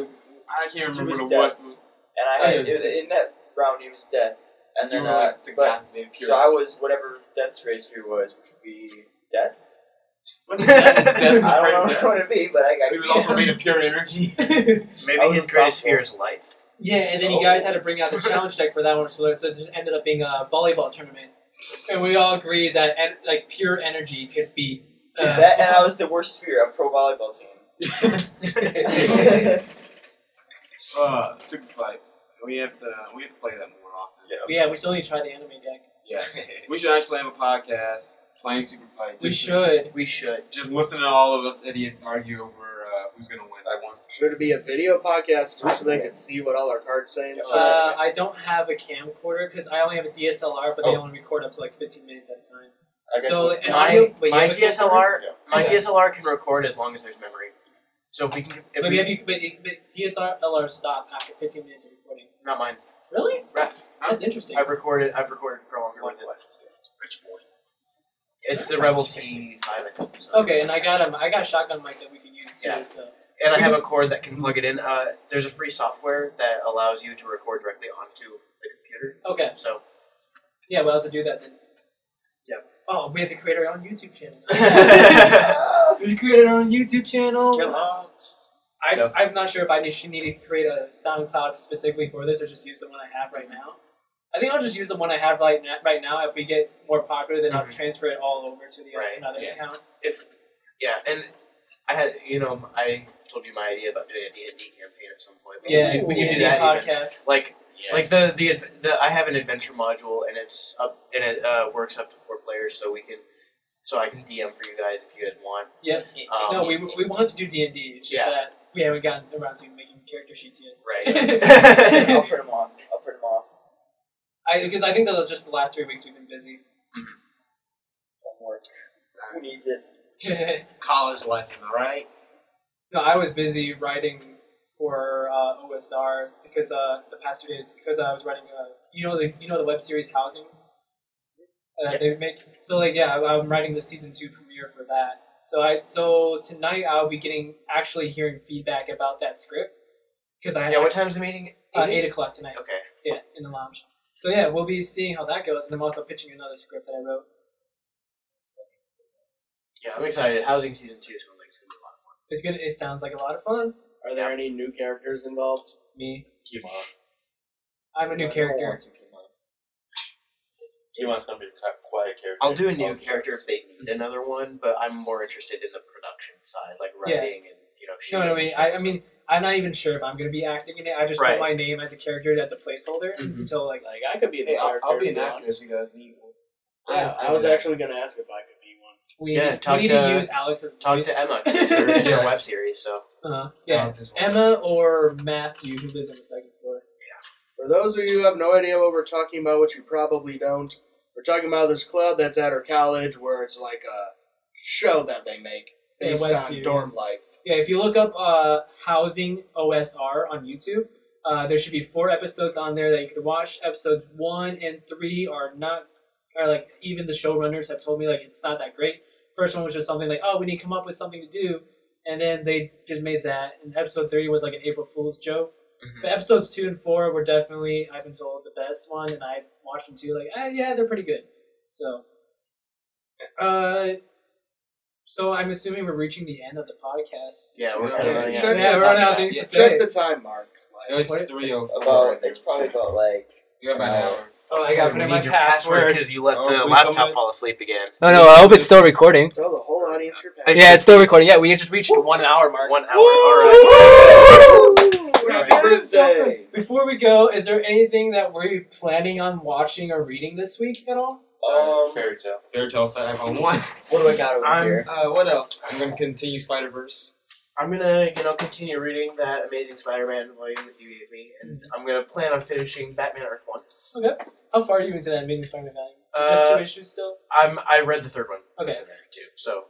Speaker 2: can't remember what it
Speaker 6: was dead.
Speaker 2: was. but it was-
Speaker 6: And I had,
Speaker 2: Oh, yeah.
Speaker 6: in- in that round, he was death. And then,
Speaker 2: you were
Speaker 6: uh,
Speaker 2: like the
Speaker 6: but
Speaker 2: god man, pure.
Speaker 6: So I was whatever Death's greatest fear was, which would be death.
Speaker 2: Wasn't that death
Speaker 6: I don't know
Speaker 2: death?
Speaker 6: what it'd be, but I got.
Speaker 2: He was also made of pure energy.
Speaker 3: Maybe
Speaker 6: I was
Speaker 3: his
Speaker 6: a
Speaker 3: greatest
Speaker 6: softball.
Speaker 3: fear is life.
Speaker 1: Yeah, and
Speaker 2: Oh.
Speaker 1: then you guys had to bring out the challenge deck for that one, so it so it just ended up being a volleyball tournament. And we all agreed that en- like pure energy could be. Uh,
Speaker 6: Dude, that, and I was the worst fear. A pro volleyball team.
Speaker 2: uh, super fight. We have to we have to play that more often.
Speaker 4: Yeah.
Speaker 1: yeah, we still need to try the anime deck.
Speaker 2: Yes. we should actually have a podcast playing super fight.
Speaker 1: We
Speaker 2: Just-
Speaker 1: should.
Speaker 3: We should.
Speaker 2: just listen to all of us idiots argue over uh, who's gonna win.
Speaker 4: I won.
Speaker 5: Should it be a video podcast so they could see what all our cards say and stuff?
Speaker 1: Uh, I don't have a camcorder because I only have a DSLR, but they
Speaker 3: Oh.
Speaker 1: only record up to like 15 minutes at a time.
Speaker 4: I got
Speaker 1: So
Speaker 4: to-
Speaker 1: like, an
Speaker 3: My-
Speaker 1: audio. Wait,
Speaker 3: my
Speaker 1: you have a camcorder?
Speaker 3: DSLR,
Speaker 4: Yeah.
Speaker 3: my
Speaker 1: Yeah.
Speaker 3: DSLR can record as long as there's memory. So if we can, if
Speaker 1: But
Speaker 3: we,
Speaker 1: have you, but, it- but DSLR stop after 15 minutes of recording.
Speaker 3: not mine.
Speaker 1: Really?
Speaker 3: Right.
Speaker 1: That's interesting.
Speaker 3: I've recorded. I've recorded for longer.
Speaker 4: One
Speaker 3: than-
Speaker 4: left.
Speaker 3: Rich boy. It's the Rebel T five. I think, so.
Speaker 1: Okay, and I got um, I got a shotgun mic that we can use too.
Speaker 3: Yeah.
Speaker 1: So
Speaker 3: And I have a cord that can plug it in. Uh, there's a free software that allows you to record directly onto the computer.
Speaker 1: okay,
Speaker 3: So
Speaker 1: yeah, we'll have to do that then.
Speaker 3: Yep.
Speaker 1: Oh, we have to create our own YouTube channel.
Speaker 3: Yeah.
Speaker 1: we created our own YouTube channel.
Speaker 4: Kellogg's.
Speaker 1: I,
Speaker 3: Yep.
Speaker 1: I'm not sure if I need, should need to create a SoundCloud specifically for this or just use the one I have right now. I think I'll just use the one I have right now. Right now, if we get more popular, then I'll
Speaker 3: Mhm.
Speaker 1: transfer it all over to the
Speaker 3: Right,
Speaker 1: another
Speaker 2: yeah.
Speaker 1: account.
Speaker 3: yeah, and I had you know I told you my idea about doing a D and D campaign at some point. but
Speaker 1: Yeah,
Speaker 3: we,
Speaker 1: we
Speaker 3: can
Speaker 1: can
Speaker 3: do
Speaker 1: do
Speaker 3: that. even.
Speaker 1: podcasts.
Speaker 3: Like like the, the ad- the I have an adventure module and it's up and it uh, works up to four players, so we can so I can DM for you guys if you guys want.
Speaker 1: Yep.
Speaker 5: Uh,
Speaker 3: Um,
Speaker 1: no, we, we want to do D and D. It's just
Speaker 3: Yeah.
Speaker 1: that we haven't gotten around to making character sheets yet.
Speaker 3: right.
Speaker 6: I'll print them off. I'll print them off.
Speaker 1: I because I think that just the last three weeks we've been busy.
Speaker 6: Don't work. Who needs it?
Speaker 2: College life, am I right?
Speaker 1: no, I was busy writing for uh, OSR because uh, the past two days because I was writing uh, you know the you know the web series Housing uh, they make so like yeah I- I'm writing the season two premiere for that. So I so tonight I'll be getting actually hearing feedback about that script because I
Speaker 3: yeah. What time's the meeting?
Speaker 1: uh, eight o'clock tonight.
Speaker 3: Okay.
Speaker 1: Yeah, in the lounge. So yeah, we'll be seeing how that goes, and I'm also pitching another script that I wrote.
Speaker 3: Yeah, I'm excited. Housing season two sounds like it's gonna be a lot of fun.
Speaker 1: It's gonna. It sounds like a lot of fun.
Speaker 5: Are there any new characters involved?
Speaker 1: Me,
Speaker 4: Kimon.
Speaker 1: I'm a new
Speaker 6: No, no one
Speaker 1: character.
Speaker 6: wants to keep mine.
Speaker 4: Kimon's gonna be a qui- quiet character.
Speaker 3: I'll do a new
Speaker 4: I'll-
Speaker 3: character if they need another one, but I'm more interested in the production side, like
Speaker 1: Yeah.
Speaker 3: writing and you know.
Speaker 1: You know what I mean? I, I mean, I'm not even sure if I'm gonna be acting in it. I just put
Speaker 3: Right.
Speaker 1: my name as a character as a placeholder
Speaker 3: Mm-hmm.
Speaker 2: Mhm.
Speaker 1: until like
Speaker 5: Like I could be the
Speaker 6: Hey, I'll,
Speaker 5: character.
Speaker 6: I'll be
Speaker 5: if
Speaker 6: an
Speaker 5: you
Speaker 6: actor
Speaker 5: want.
Speaker 6: if you guys need one.
Speaker 5: Yeah, I was actually gonna ask if I could be one.
Speaker 1: we,
Speaker 3: Yeah,
Speaker 1: we
Speaker 3: talk
Speaker 1: need
Speaker 3: to-
Speaker 1: to use Alex as a
Speaker 3: Talk
Speaker 1: voice.
Speaker 3: to Emma. 'cause It's her, Um, it's her
Speaker 1: Yes.
Speaker 3: web series, so
Speaker 1: Uh, yeah,
Speaker 2: Alex's voice.
Speaker 1: Emma or Matthew who lives on the second floor.
Speaker 5: For those of you who have no idea what we're talking about, which you probably don't, we're talking about this club that's at our college where it's like a show that they make
Speaker 1: Yeah,
Speaker 5: based
Speaker 1: web
Speaker 5: on
Speaker 1: series.
Speaker 5: dorm life.
Speaker 1: Yeah, if you look up uh, housing OSR on YouTube, uh, there should be four episodes on there that you could watch. Episodes one and three are not, are like even the showrunners have told me like it's not that great. First one was just something like, oh, we need to come up with something to do, and then they just made that. And episode three was like an April Fool's joke. But episodes two and four were definitely, I've been told, the best one, and I watched them too. Like, eh, yeah, they're pretty good. So, uh, so I'm assuming we're reaching the end of the podcast.
Speaker 3: yeah,
Speaker 2: we're
Speaker 3: we're
Speaker 2: kinda Yeah, running
Speaker 3: kind of running
Speaker 5: check out.
Speaker 1: Yeah, we're running out of things to say.
Speaker 5: Check the time mark. Like,
Speaker 2: It's three oh four.
Speaker 6: About it's probably about like
Speaker 2: You got about an hour.
Speaker 1: Oh, I gotta put in my password.
Speaker 3: because you let
Speaker 2: Oh,
Speaker 3: the
Speaker 2: please
Speaker 3: laptop
Speaker 2: somebody-
Speaker 3: fall asleep again.
Speaker 1: Oh, No, no, I hope it's still recording.
Speaker 5: tell the whole audience your password.
Speaker 1: Yeah, it's still recording. Yeah, we just reached the one hour mark.
Speaker 3: One hour. All right.
Speaker 5: Happy birthday!
Speaker 1: Before we go, is there anything that we're planning on watching or reading this week at all?
Speaker 6: um,
Speaker 4: fairy tale.
Speaker 2: Fairy Tale 501.
Speaker 6: what do I got over
Speaker 3: I'm-
Speaker 6: here?
Speaker 2: Uh, what else? I'm gonna continue Spider Verse.
Speaker 3: I'm gonna, you know, continue reading that Amazing Spider-Man volume that you gave me, and
Speaker 1: Mm-hmm.
Speaker 3: I'm gonna plan on finishing Batman Earth One.
Speaker 1: How far are you into that meeting Spider-Man value? just
Speaker 3: Uh,
Speaker 1: two issues still?
Speaker 3: I'm I read the third one.
Speaker 1: Okay.
Speaker 3: It's in there too, so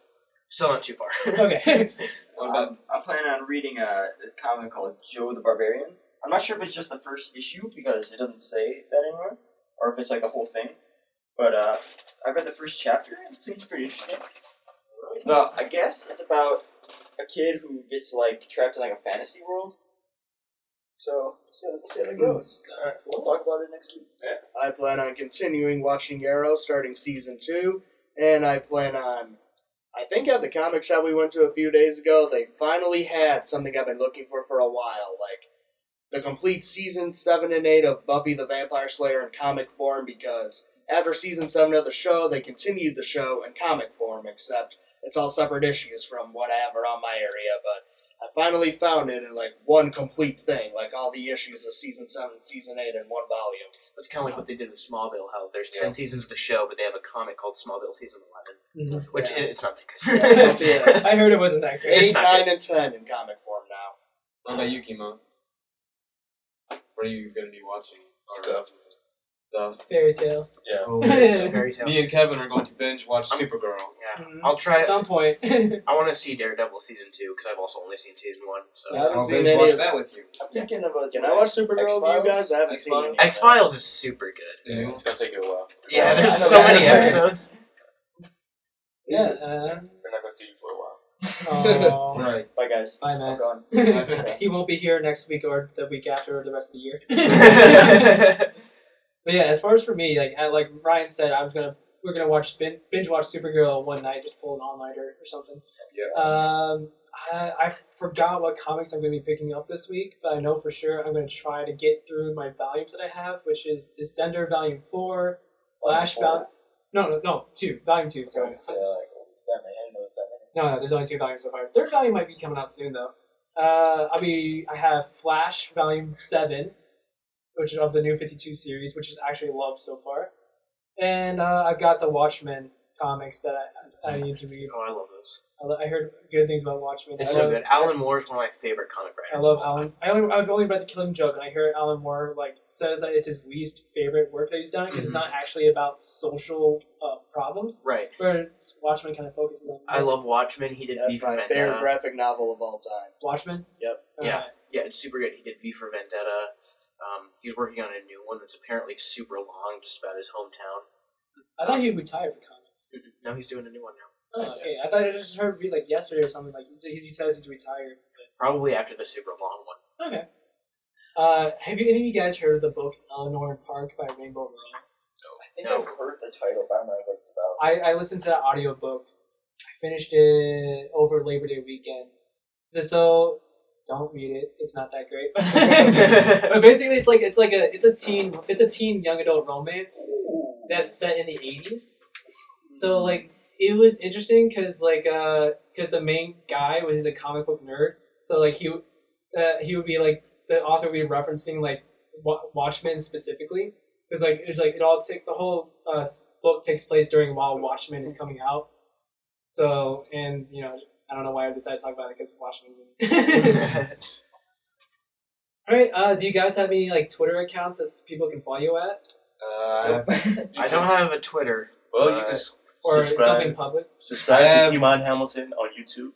Speaker 3: still not too far.
Speaker 1: Okay.
Speaker 2: What about
Speaker 6: Um, I'm planning on reading uh, this comic called Joe the Barbarian. I'm not sure if it's just the first issue because it doesn't say that anywhere, or if it's like the whole thing. But uh, I read the first chapter. and It seems pretty interesting. It's about, I guess, it's about a kid who gets like trapped in like a fantasy world. So, so we'll see how that goes. We'll talk about it next week.
Speaker 5: I plan on continuing watching Arrow starting season two, and I plan on. I think at the comic shop we went to a few days ago, they finally had something I've been looking for for a while, like the complete season seven and eight of Buffy the Vampire Slayer in comic form. Because after season seven of the show, they continued the show in comic form, except it's all separate issues from what I have around my area. But I finally found it in like one complete thing, like all the issues of season seven and season eight in one volume.
Speaker 3: That's kind of like what they did with Smallville. How there's ten seasons of the show, but they have a comic called Smallville season 11 which
Speaker 5: Yeah.
Speaker 3: i- it's not that
Speaker 5: Yeah,
Speaker 3: good.
Speaker 5: yes.
Speaker 1: I heard Mm-hmm. it wasn't that great.
Speaker 5: eight,
Speaker 3: It's not
Speaker 5: nine, and ten in comic form now.
Speaker 2: what about you, Kimo? What are you gonna be watching? Or-
Speaker 4: Stuff.
Speaker 2: Stuff.
Speaker 1: Fairy tale.
Speaker 4: Yeah.
Speaker 2: Oh,
Speaker 3: Fairy tale.
Speaker 2: Me and Kevin are going to binge watch
Speaker 3: I'm-
Speaker 2: Supergirl.
Speaker 3: Yeah. I'll try
Speaker 1: Mm-hmm. at
Speaker 3: it.
Speaker 1: some point. yeah,
Speaker 3: I want to see Daredevil season two because I've also only seen season one. So
Speaker 5: Yeah. I haven't
Speaker 2: I'll
Speaker 5: seen
Speaker 2: binge
Speaker 5: any
Speaker 2: watch
Speaker 5: of-
Speaker 2: that with you.
Speaker 6: I'm thinking of a.
Speaker 5: Can I watch Supergirl with
Speaker 6: X-Files?
Speaker 5: you guys? I haven't seen
Speaker 6: X-Files?
Speaker 5: any.
Speaker 3: X Files is super good.
Speaker 2: Yeah.
Speaker 4: It's gonna take you a while.
Speaker 3: Yeah,
Speaker 6: I
Speaker 3: there's
Speaker 6: know
Speaker 3: so
Speaker 6: that.
Speaker 3: many episodes.
Speaker 1: um,
Speaker 4: We're not gonna see you for a while.
Speaker 6: Oh.
Speaker 1: aw.
Speaker 2: Right. Uh,
Speaker 6: Bye guys.
Speaker 1: Bye,
Speaker 6: I'm
Speaker 1: Max.
Speaker 6: gone.
Speaker 1: he won't be here next week or the week after or the rest of the year. but yeah, as far as for me, like I, like Ryan said, I was gonna we're gonna watch bin- binge watch Supergirl one night, just pull an all nighter or something.
Speaker 2: Yeah.
Speaker 1: Um, I, I forgot what comics I'm gonna be picking up this week, but I know for sure I'm gonna try to get through my volumes that I have, which is Descender Volume Four, Flash Volume. No, no, no, two volume two.
Speaker 6: So,
Speaker 1: Sorry.
Speaker 6: it's, uh, like, is that my head? No, is that my head?
Speaker 1: No, no, there's only two volumes so far. Third volume might be coming out soon though. Uh, I mean, I have Flash Volume Seven, which is of the New Fifty Two series, which is actually loved so far, and uh, I've got the Watchmen comics that I, I need to read.
Speaker 3: oh, I love those.
Speaker 1: I lo- I heard good things about Watchmen.
Speaker 3: It's
Speaker 1: I
Speaker 3: so
Speaker 1: love-
Speaker 3: good. Alan Moore is one of my favorite comic writers.
Speaker 1: I love
Speaker 3: of all
Speaker 1: Alan. I only, I've only read the Killing Joke, and I hear Alan Moore like says that it's his least favorite work that he's done
Speaker 3: Mm-hmm.
Speaker 1: because it's not actually about social uh, problems.
Speaker 3: time. Right.
Speaker 1: Where Watchmen kind of focuses on.
Speaker 3: I love Watchmen. He did V
Speaker 5: That's
Speaker 3: for
Speaker 5: my
Speaker 3: Vendetta.
Speaker 5: favorite graphic novel of all time.
Speaker 1: Watchmen.
Speaker 5: Yep.
Speaker 3: Yeah. Yeah, it's super good. He did V for Vendetta. Um, he's working on a new one that's apparently super long, just about his hometown.
Speaker 1: I thought he retired from comics.
Speaker 3: Now he's doing a new one now.
Speaker 1: Oh, okay. I thought I just heard read like yesterday or something. Like he, said- he says he's retired.
Speaker 3: Probably after the super long one.
Speaker 1: But, okay. Uh, have you any of you guys heard of the book Eleanor and Park by Rainbow Rowell?
Speaker 6: I think
Speaker 3: No.
Speaker 6: I've heard the title, but I don't know what it's about.
Speaker 1: I, I listened to that audiobook. I finished it over Labor Day weekend. The- So don't read it. It's not that great. but basically it's like it's like a it's a teen it's a teen young adult romance that's set in the 80s. So like it was interesting cuz like uh cuz the main guy was he's a comic book nerd. So like he that he would be like the author would be referencing like Wa- Watchmen specifically because like it's like it all take the whole uh, s- book takes place during while Watchmen is coming out. So and you know I don't know why I decided to talk about it because Watchmen's in. it. all right, uh, do you guys have any like Twitter accounts that s- people can follow you at
Speaker 4: Uh,
Speaker 3: I don't have a Twitter.
Speaker 4: well, you can
Speaker 3: Uh,
Speaker 4: s-
Speaker 1: or something
Speaker 4: subscribe,
Speaker 1: public?
Speaker 4: subscribe
Speaker 2: I have-
Speaker 4: to Kimon Hamilton on YouTube.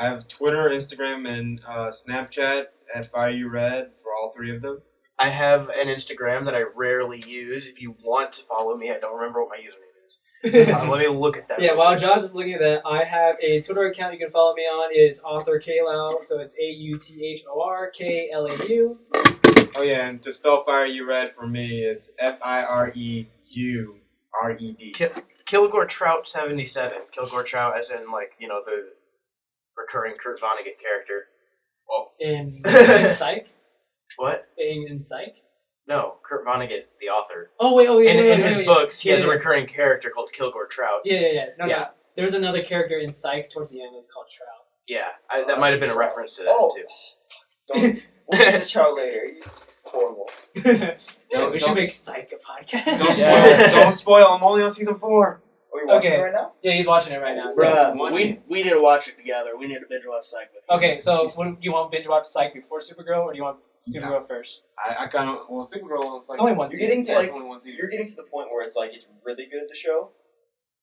Speaker 2: I have Twitter, Instagram, and uh, Snapchat at Fire You Red for all three of them.
Speaker 3: I have an Instagram that I rarely use. If you want to follow me, I don't remember what my username is. Uh, let me look at that.
Speaker 1: Yeah,
Speaker 3: real
Speaker 1: while
Speaker 3: quick.
Speaker 1: Josh is looking at that, I have a Twitter account you can follow me on. It is author Kalau, so it's A U T H O R K L A U.
Speaker 2: Oh yeah, and to spell Fire You Red for me, it's F I R E U R E D.
Speaker 3: Kilgore Trout seventy seven. Kilgore Trout, as in like you know the recurring Kurt Vonnegut character.
Speaker 1: In, in Psych.
Speaker 3: What?
Speaker 1: In, in Psych.
Speaker 3: No, Kurt Vonnegut, the author.
Speaker 1: Oh wait, oh yeah,
Speaker 3: in
Speaker 1: wait,
Speaker 3: in
Speaker 1: wait,
Speaker 3: his
Speaker 1: wait,
Speaker 3: books, he
Speaker 1: Yeah,
Speaker 3: has a
Speaker 1: yeah.
Speaker 3: recurring character called Kilgore Trout.
Speaker 1: Yeah, yeah, yeah. No,
Speaker 3: Yeah.
Speaker 1: no. There's another character in Psych towards the end that's called Trout.
Speaker 3: Yeah, I, that might have been a reference to that
Speaker 6: Oh.
Speaker 3: too.
Speaker 6: Don't, we'll get this out later. He's horrible.
Speaker 1: Yeah,
Speaker 2: No,
Speaker 1: we should
Speaker 2: don't-
Speaker 1: make Psych a podcast.
Speaker 2: Don't
Speaker 6: Yeah.
Speaker 2: spoil. don't spoil. I'm only on season four.
Speaker 6: Are we watching
Speaker 1: Okay.
Speaker 6: it right now?
Speaker 1: yeah, he's watching it right now. So.
Speaker 5: Bruh,
Speaker 2: Watch
Speaker 5: we, we need to watch it together. We need to binge watch Psych with you.
Speaker 1: Okay, so what, do you want binge watch Psych before Supergirl, or do you want Supergirl first?
Speaker 2: I, I kind of well, Supergirl. It's, like,
Speaker 1: It's only one
Speaker 6: You're
Speaker 1: season.
Speaker 6: getting to
Speaker 2: yeah, it's
Speaker 6: like
Speaker 2: only one season.
Speaker 6: you're getting to the point where it's like it's really good to show,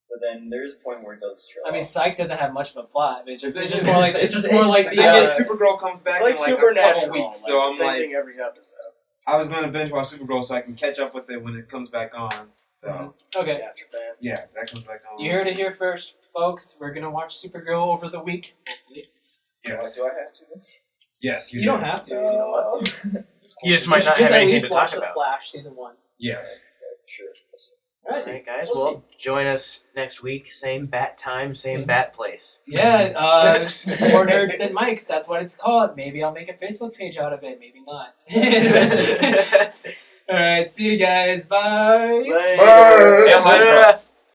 Speaker 6: but then there's a point where it does trail.
Speaker 1: I mean,
Speaker 6: off.
Speaker 1: Psych doesn't have much of a plot. It's just,
Speaker 2: It's
Speaker 1: it's just more like it's
Speaker 6: it's
Speaker 1: just
Speaker 6: just
Speaker 1: more like
Speaker 6: interesting.
Speaker 1: the
Speaker 2: I
Speaker 1: uh,
Speaker 2: guess Supergirl comes back
Speaker 5: It's like
Speaker 2: in like a
Speaker 5: supernatural.
Speaker 2: couple weeks,
Speaker 5: like,
Speaker 2: so I'm
Speaker 5: same
Speaker 2: like,
Speaker 5: thing every episode.
Speaker 2: I was gonna binge watch Supergirl so I can catch up with it when it comes back on. So
Speaker 1: okay.
Speaker 5: Gotcha, fam.
Speaker 2: yeah, that comes back on.
Speaker 1: You heard it here first, folks. We're gonna watch Supergirl over the week. Hopefully,
Speaker 2: Yes,
Speaker 6: do I have to?
Speaker 2: yes, you,
Speaker 1: you don't
Speaker 2: did.
Speaker 1: have to.
Speaker 6: No.
Speaker 1: if you don't want to.
Speaker 3: You just
Speaker 1: You
Speaker 3: might
Speaker 1: should
Speaker 3: not
Speaker 1: just
Speaker 3: have
Speaker 1: at
Speaker 3: anything
Speaker 1: least
Speaker 3: to
Speaker 1: watch
Speaker 3: talk
Speaker 1: The
Speaker 3: about.
Speaker 1: Flash season one.
Speaker 2: Yes,
Speaker 6: Sure.
Speaker 1: All right.
Speaker 3: All right, guys.
Speaker 6: We'll
Speaker 3: Well, join us next week. Same bat time, same bat place.
Speaker 1: Yeah, uh, more nerds than mics. That's what it's called. Maybe I'll make a Facebook page out of it. Maybe not. All right. See you guys. Bye.
Speaker 5: Later.
Speaker 3: uh,
Speaker 2: Yeah, like-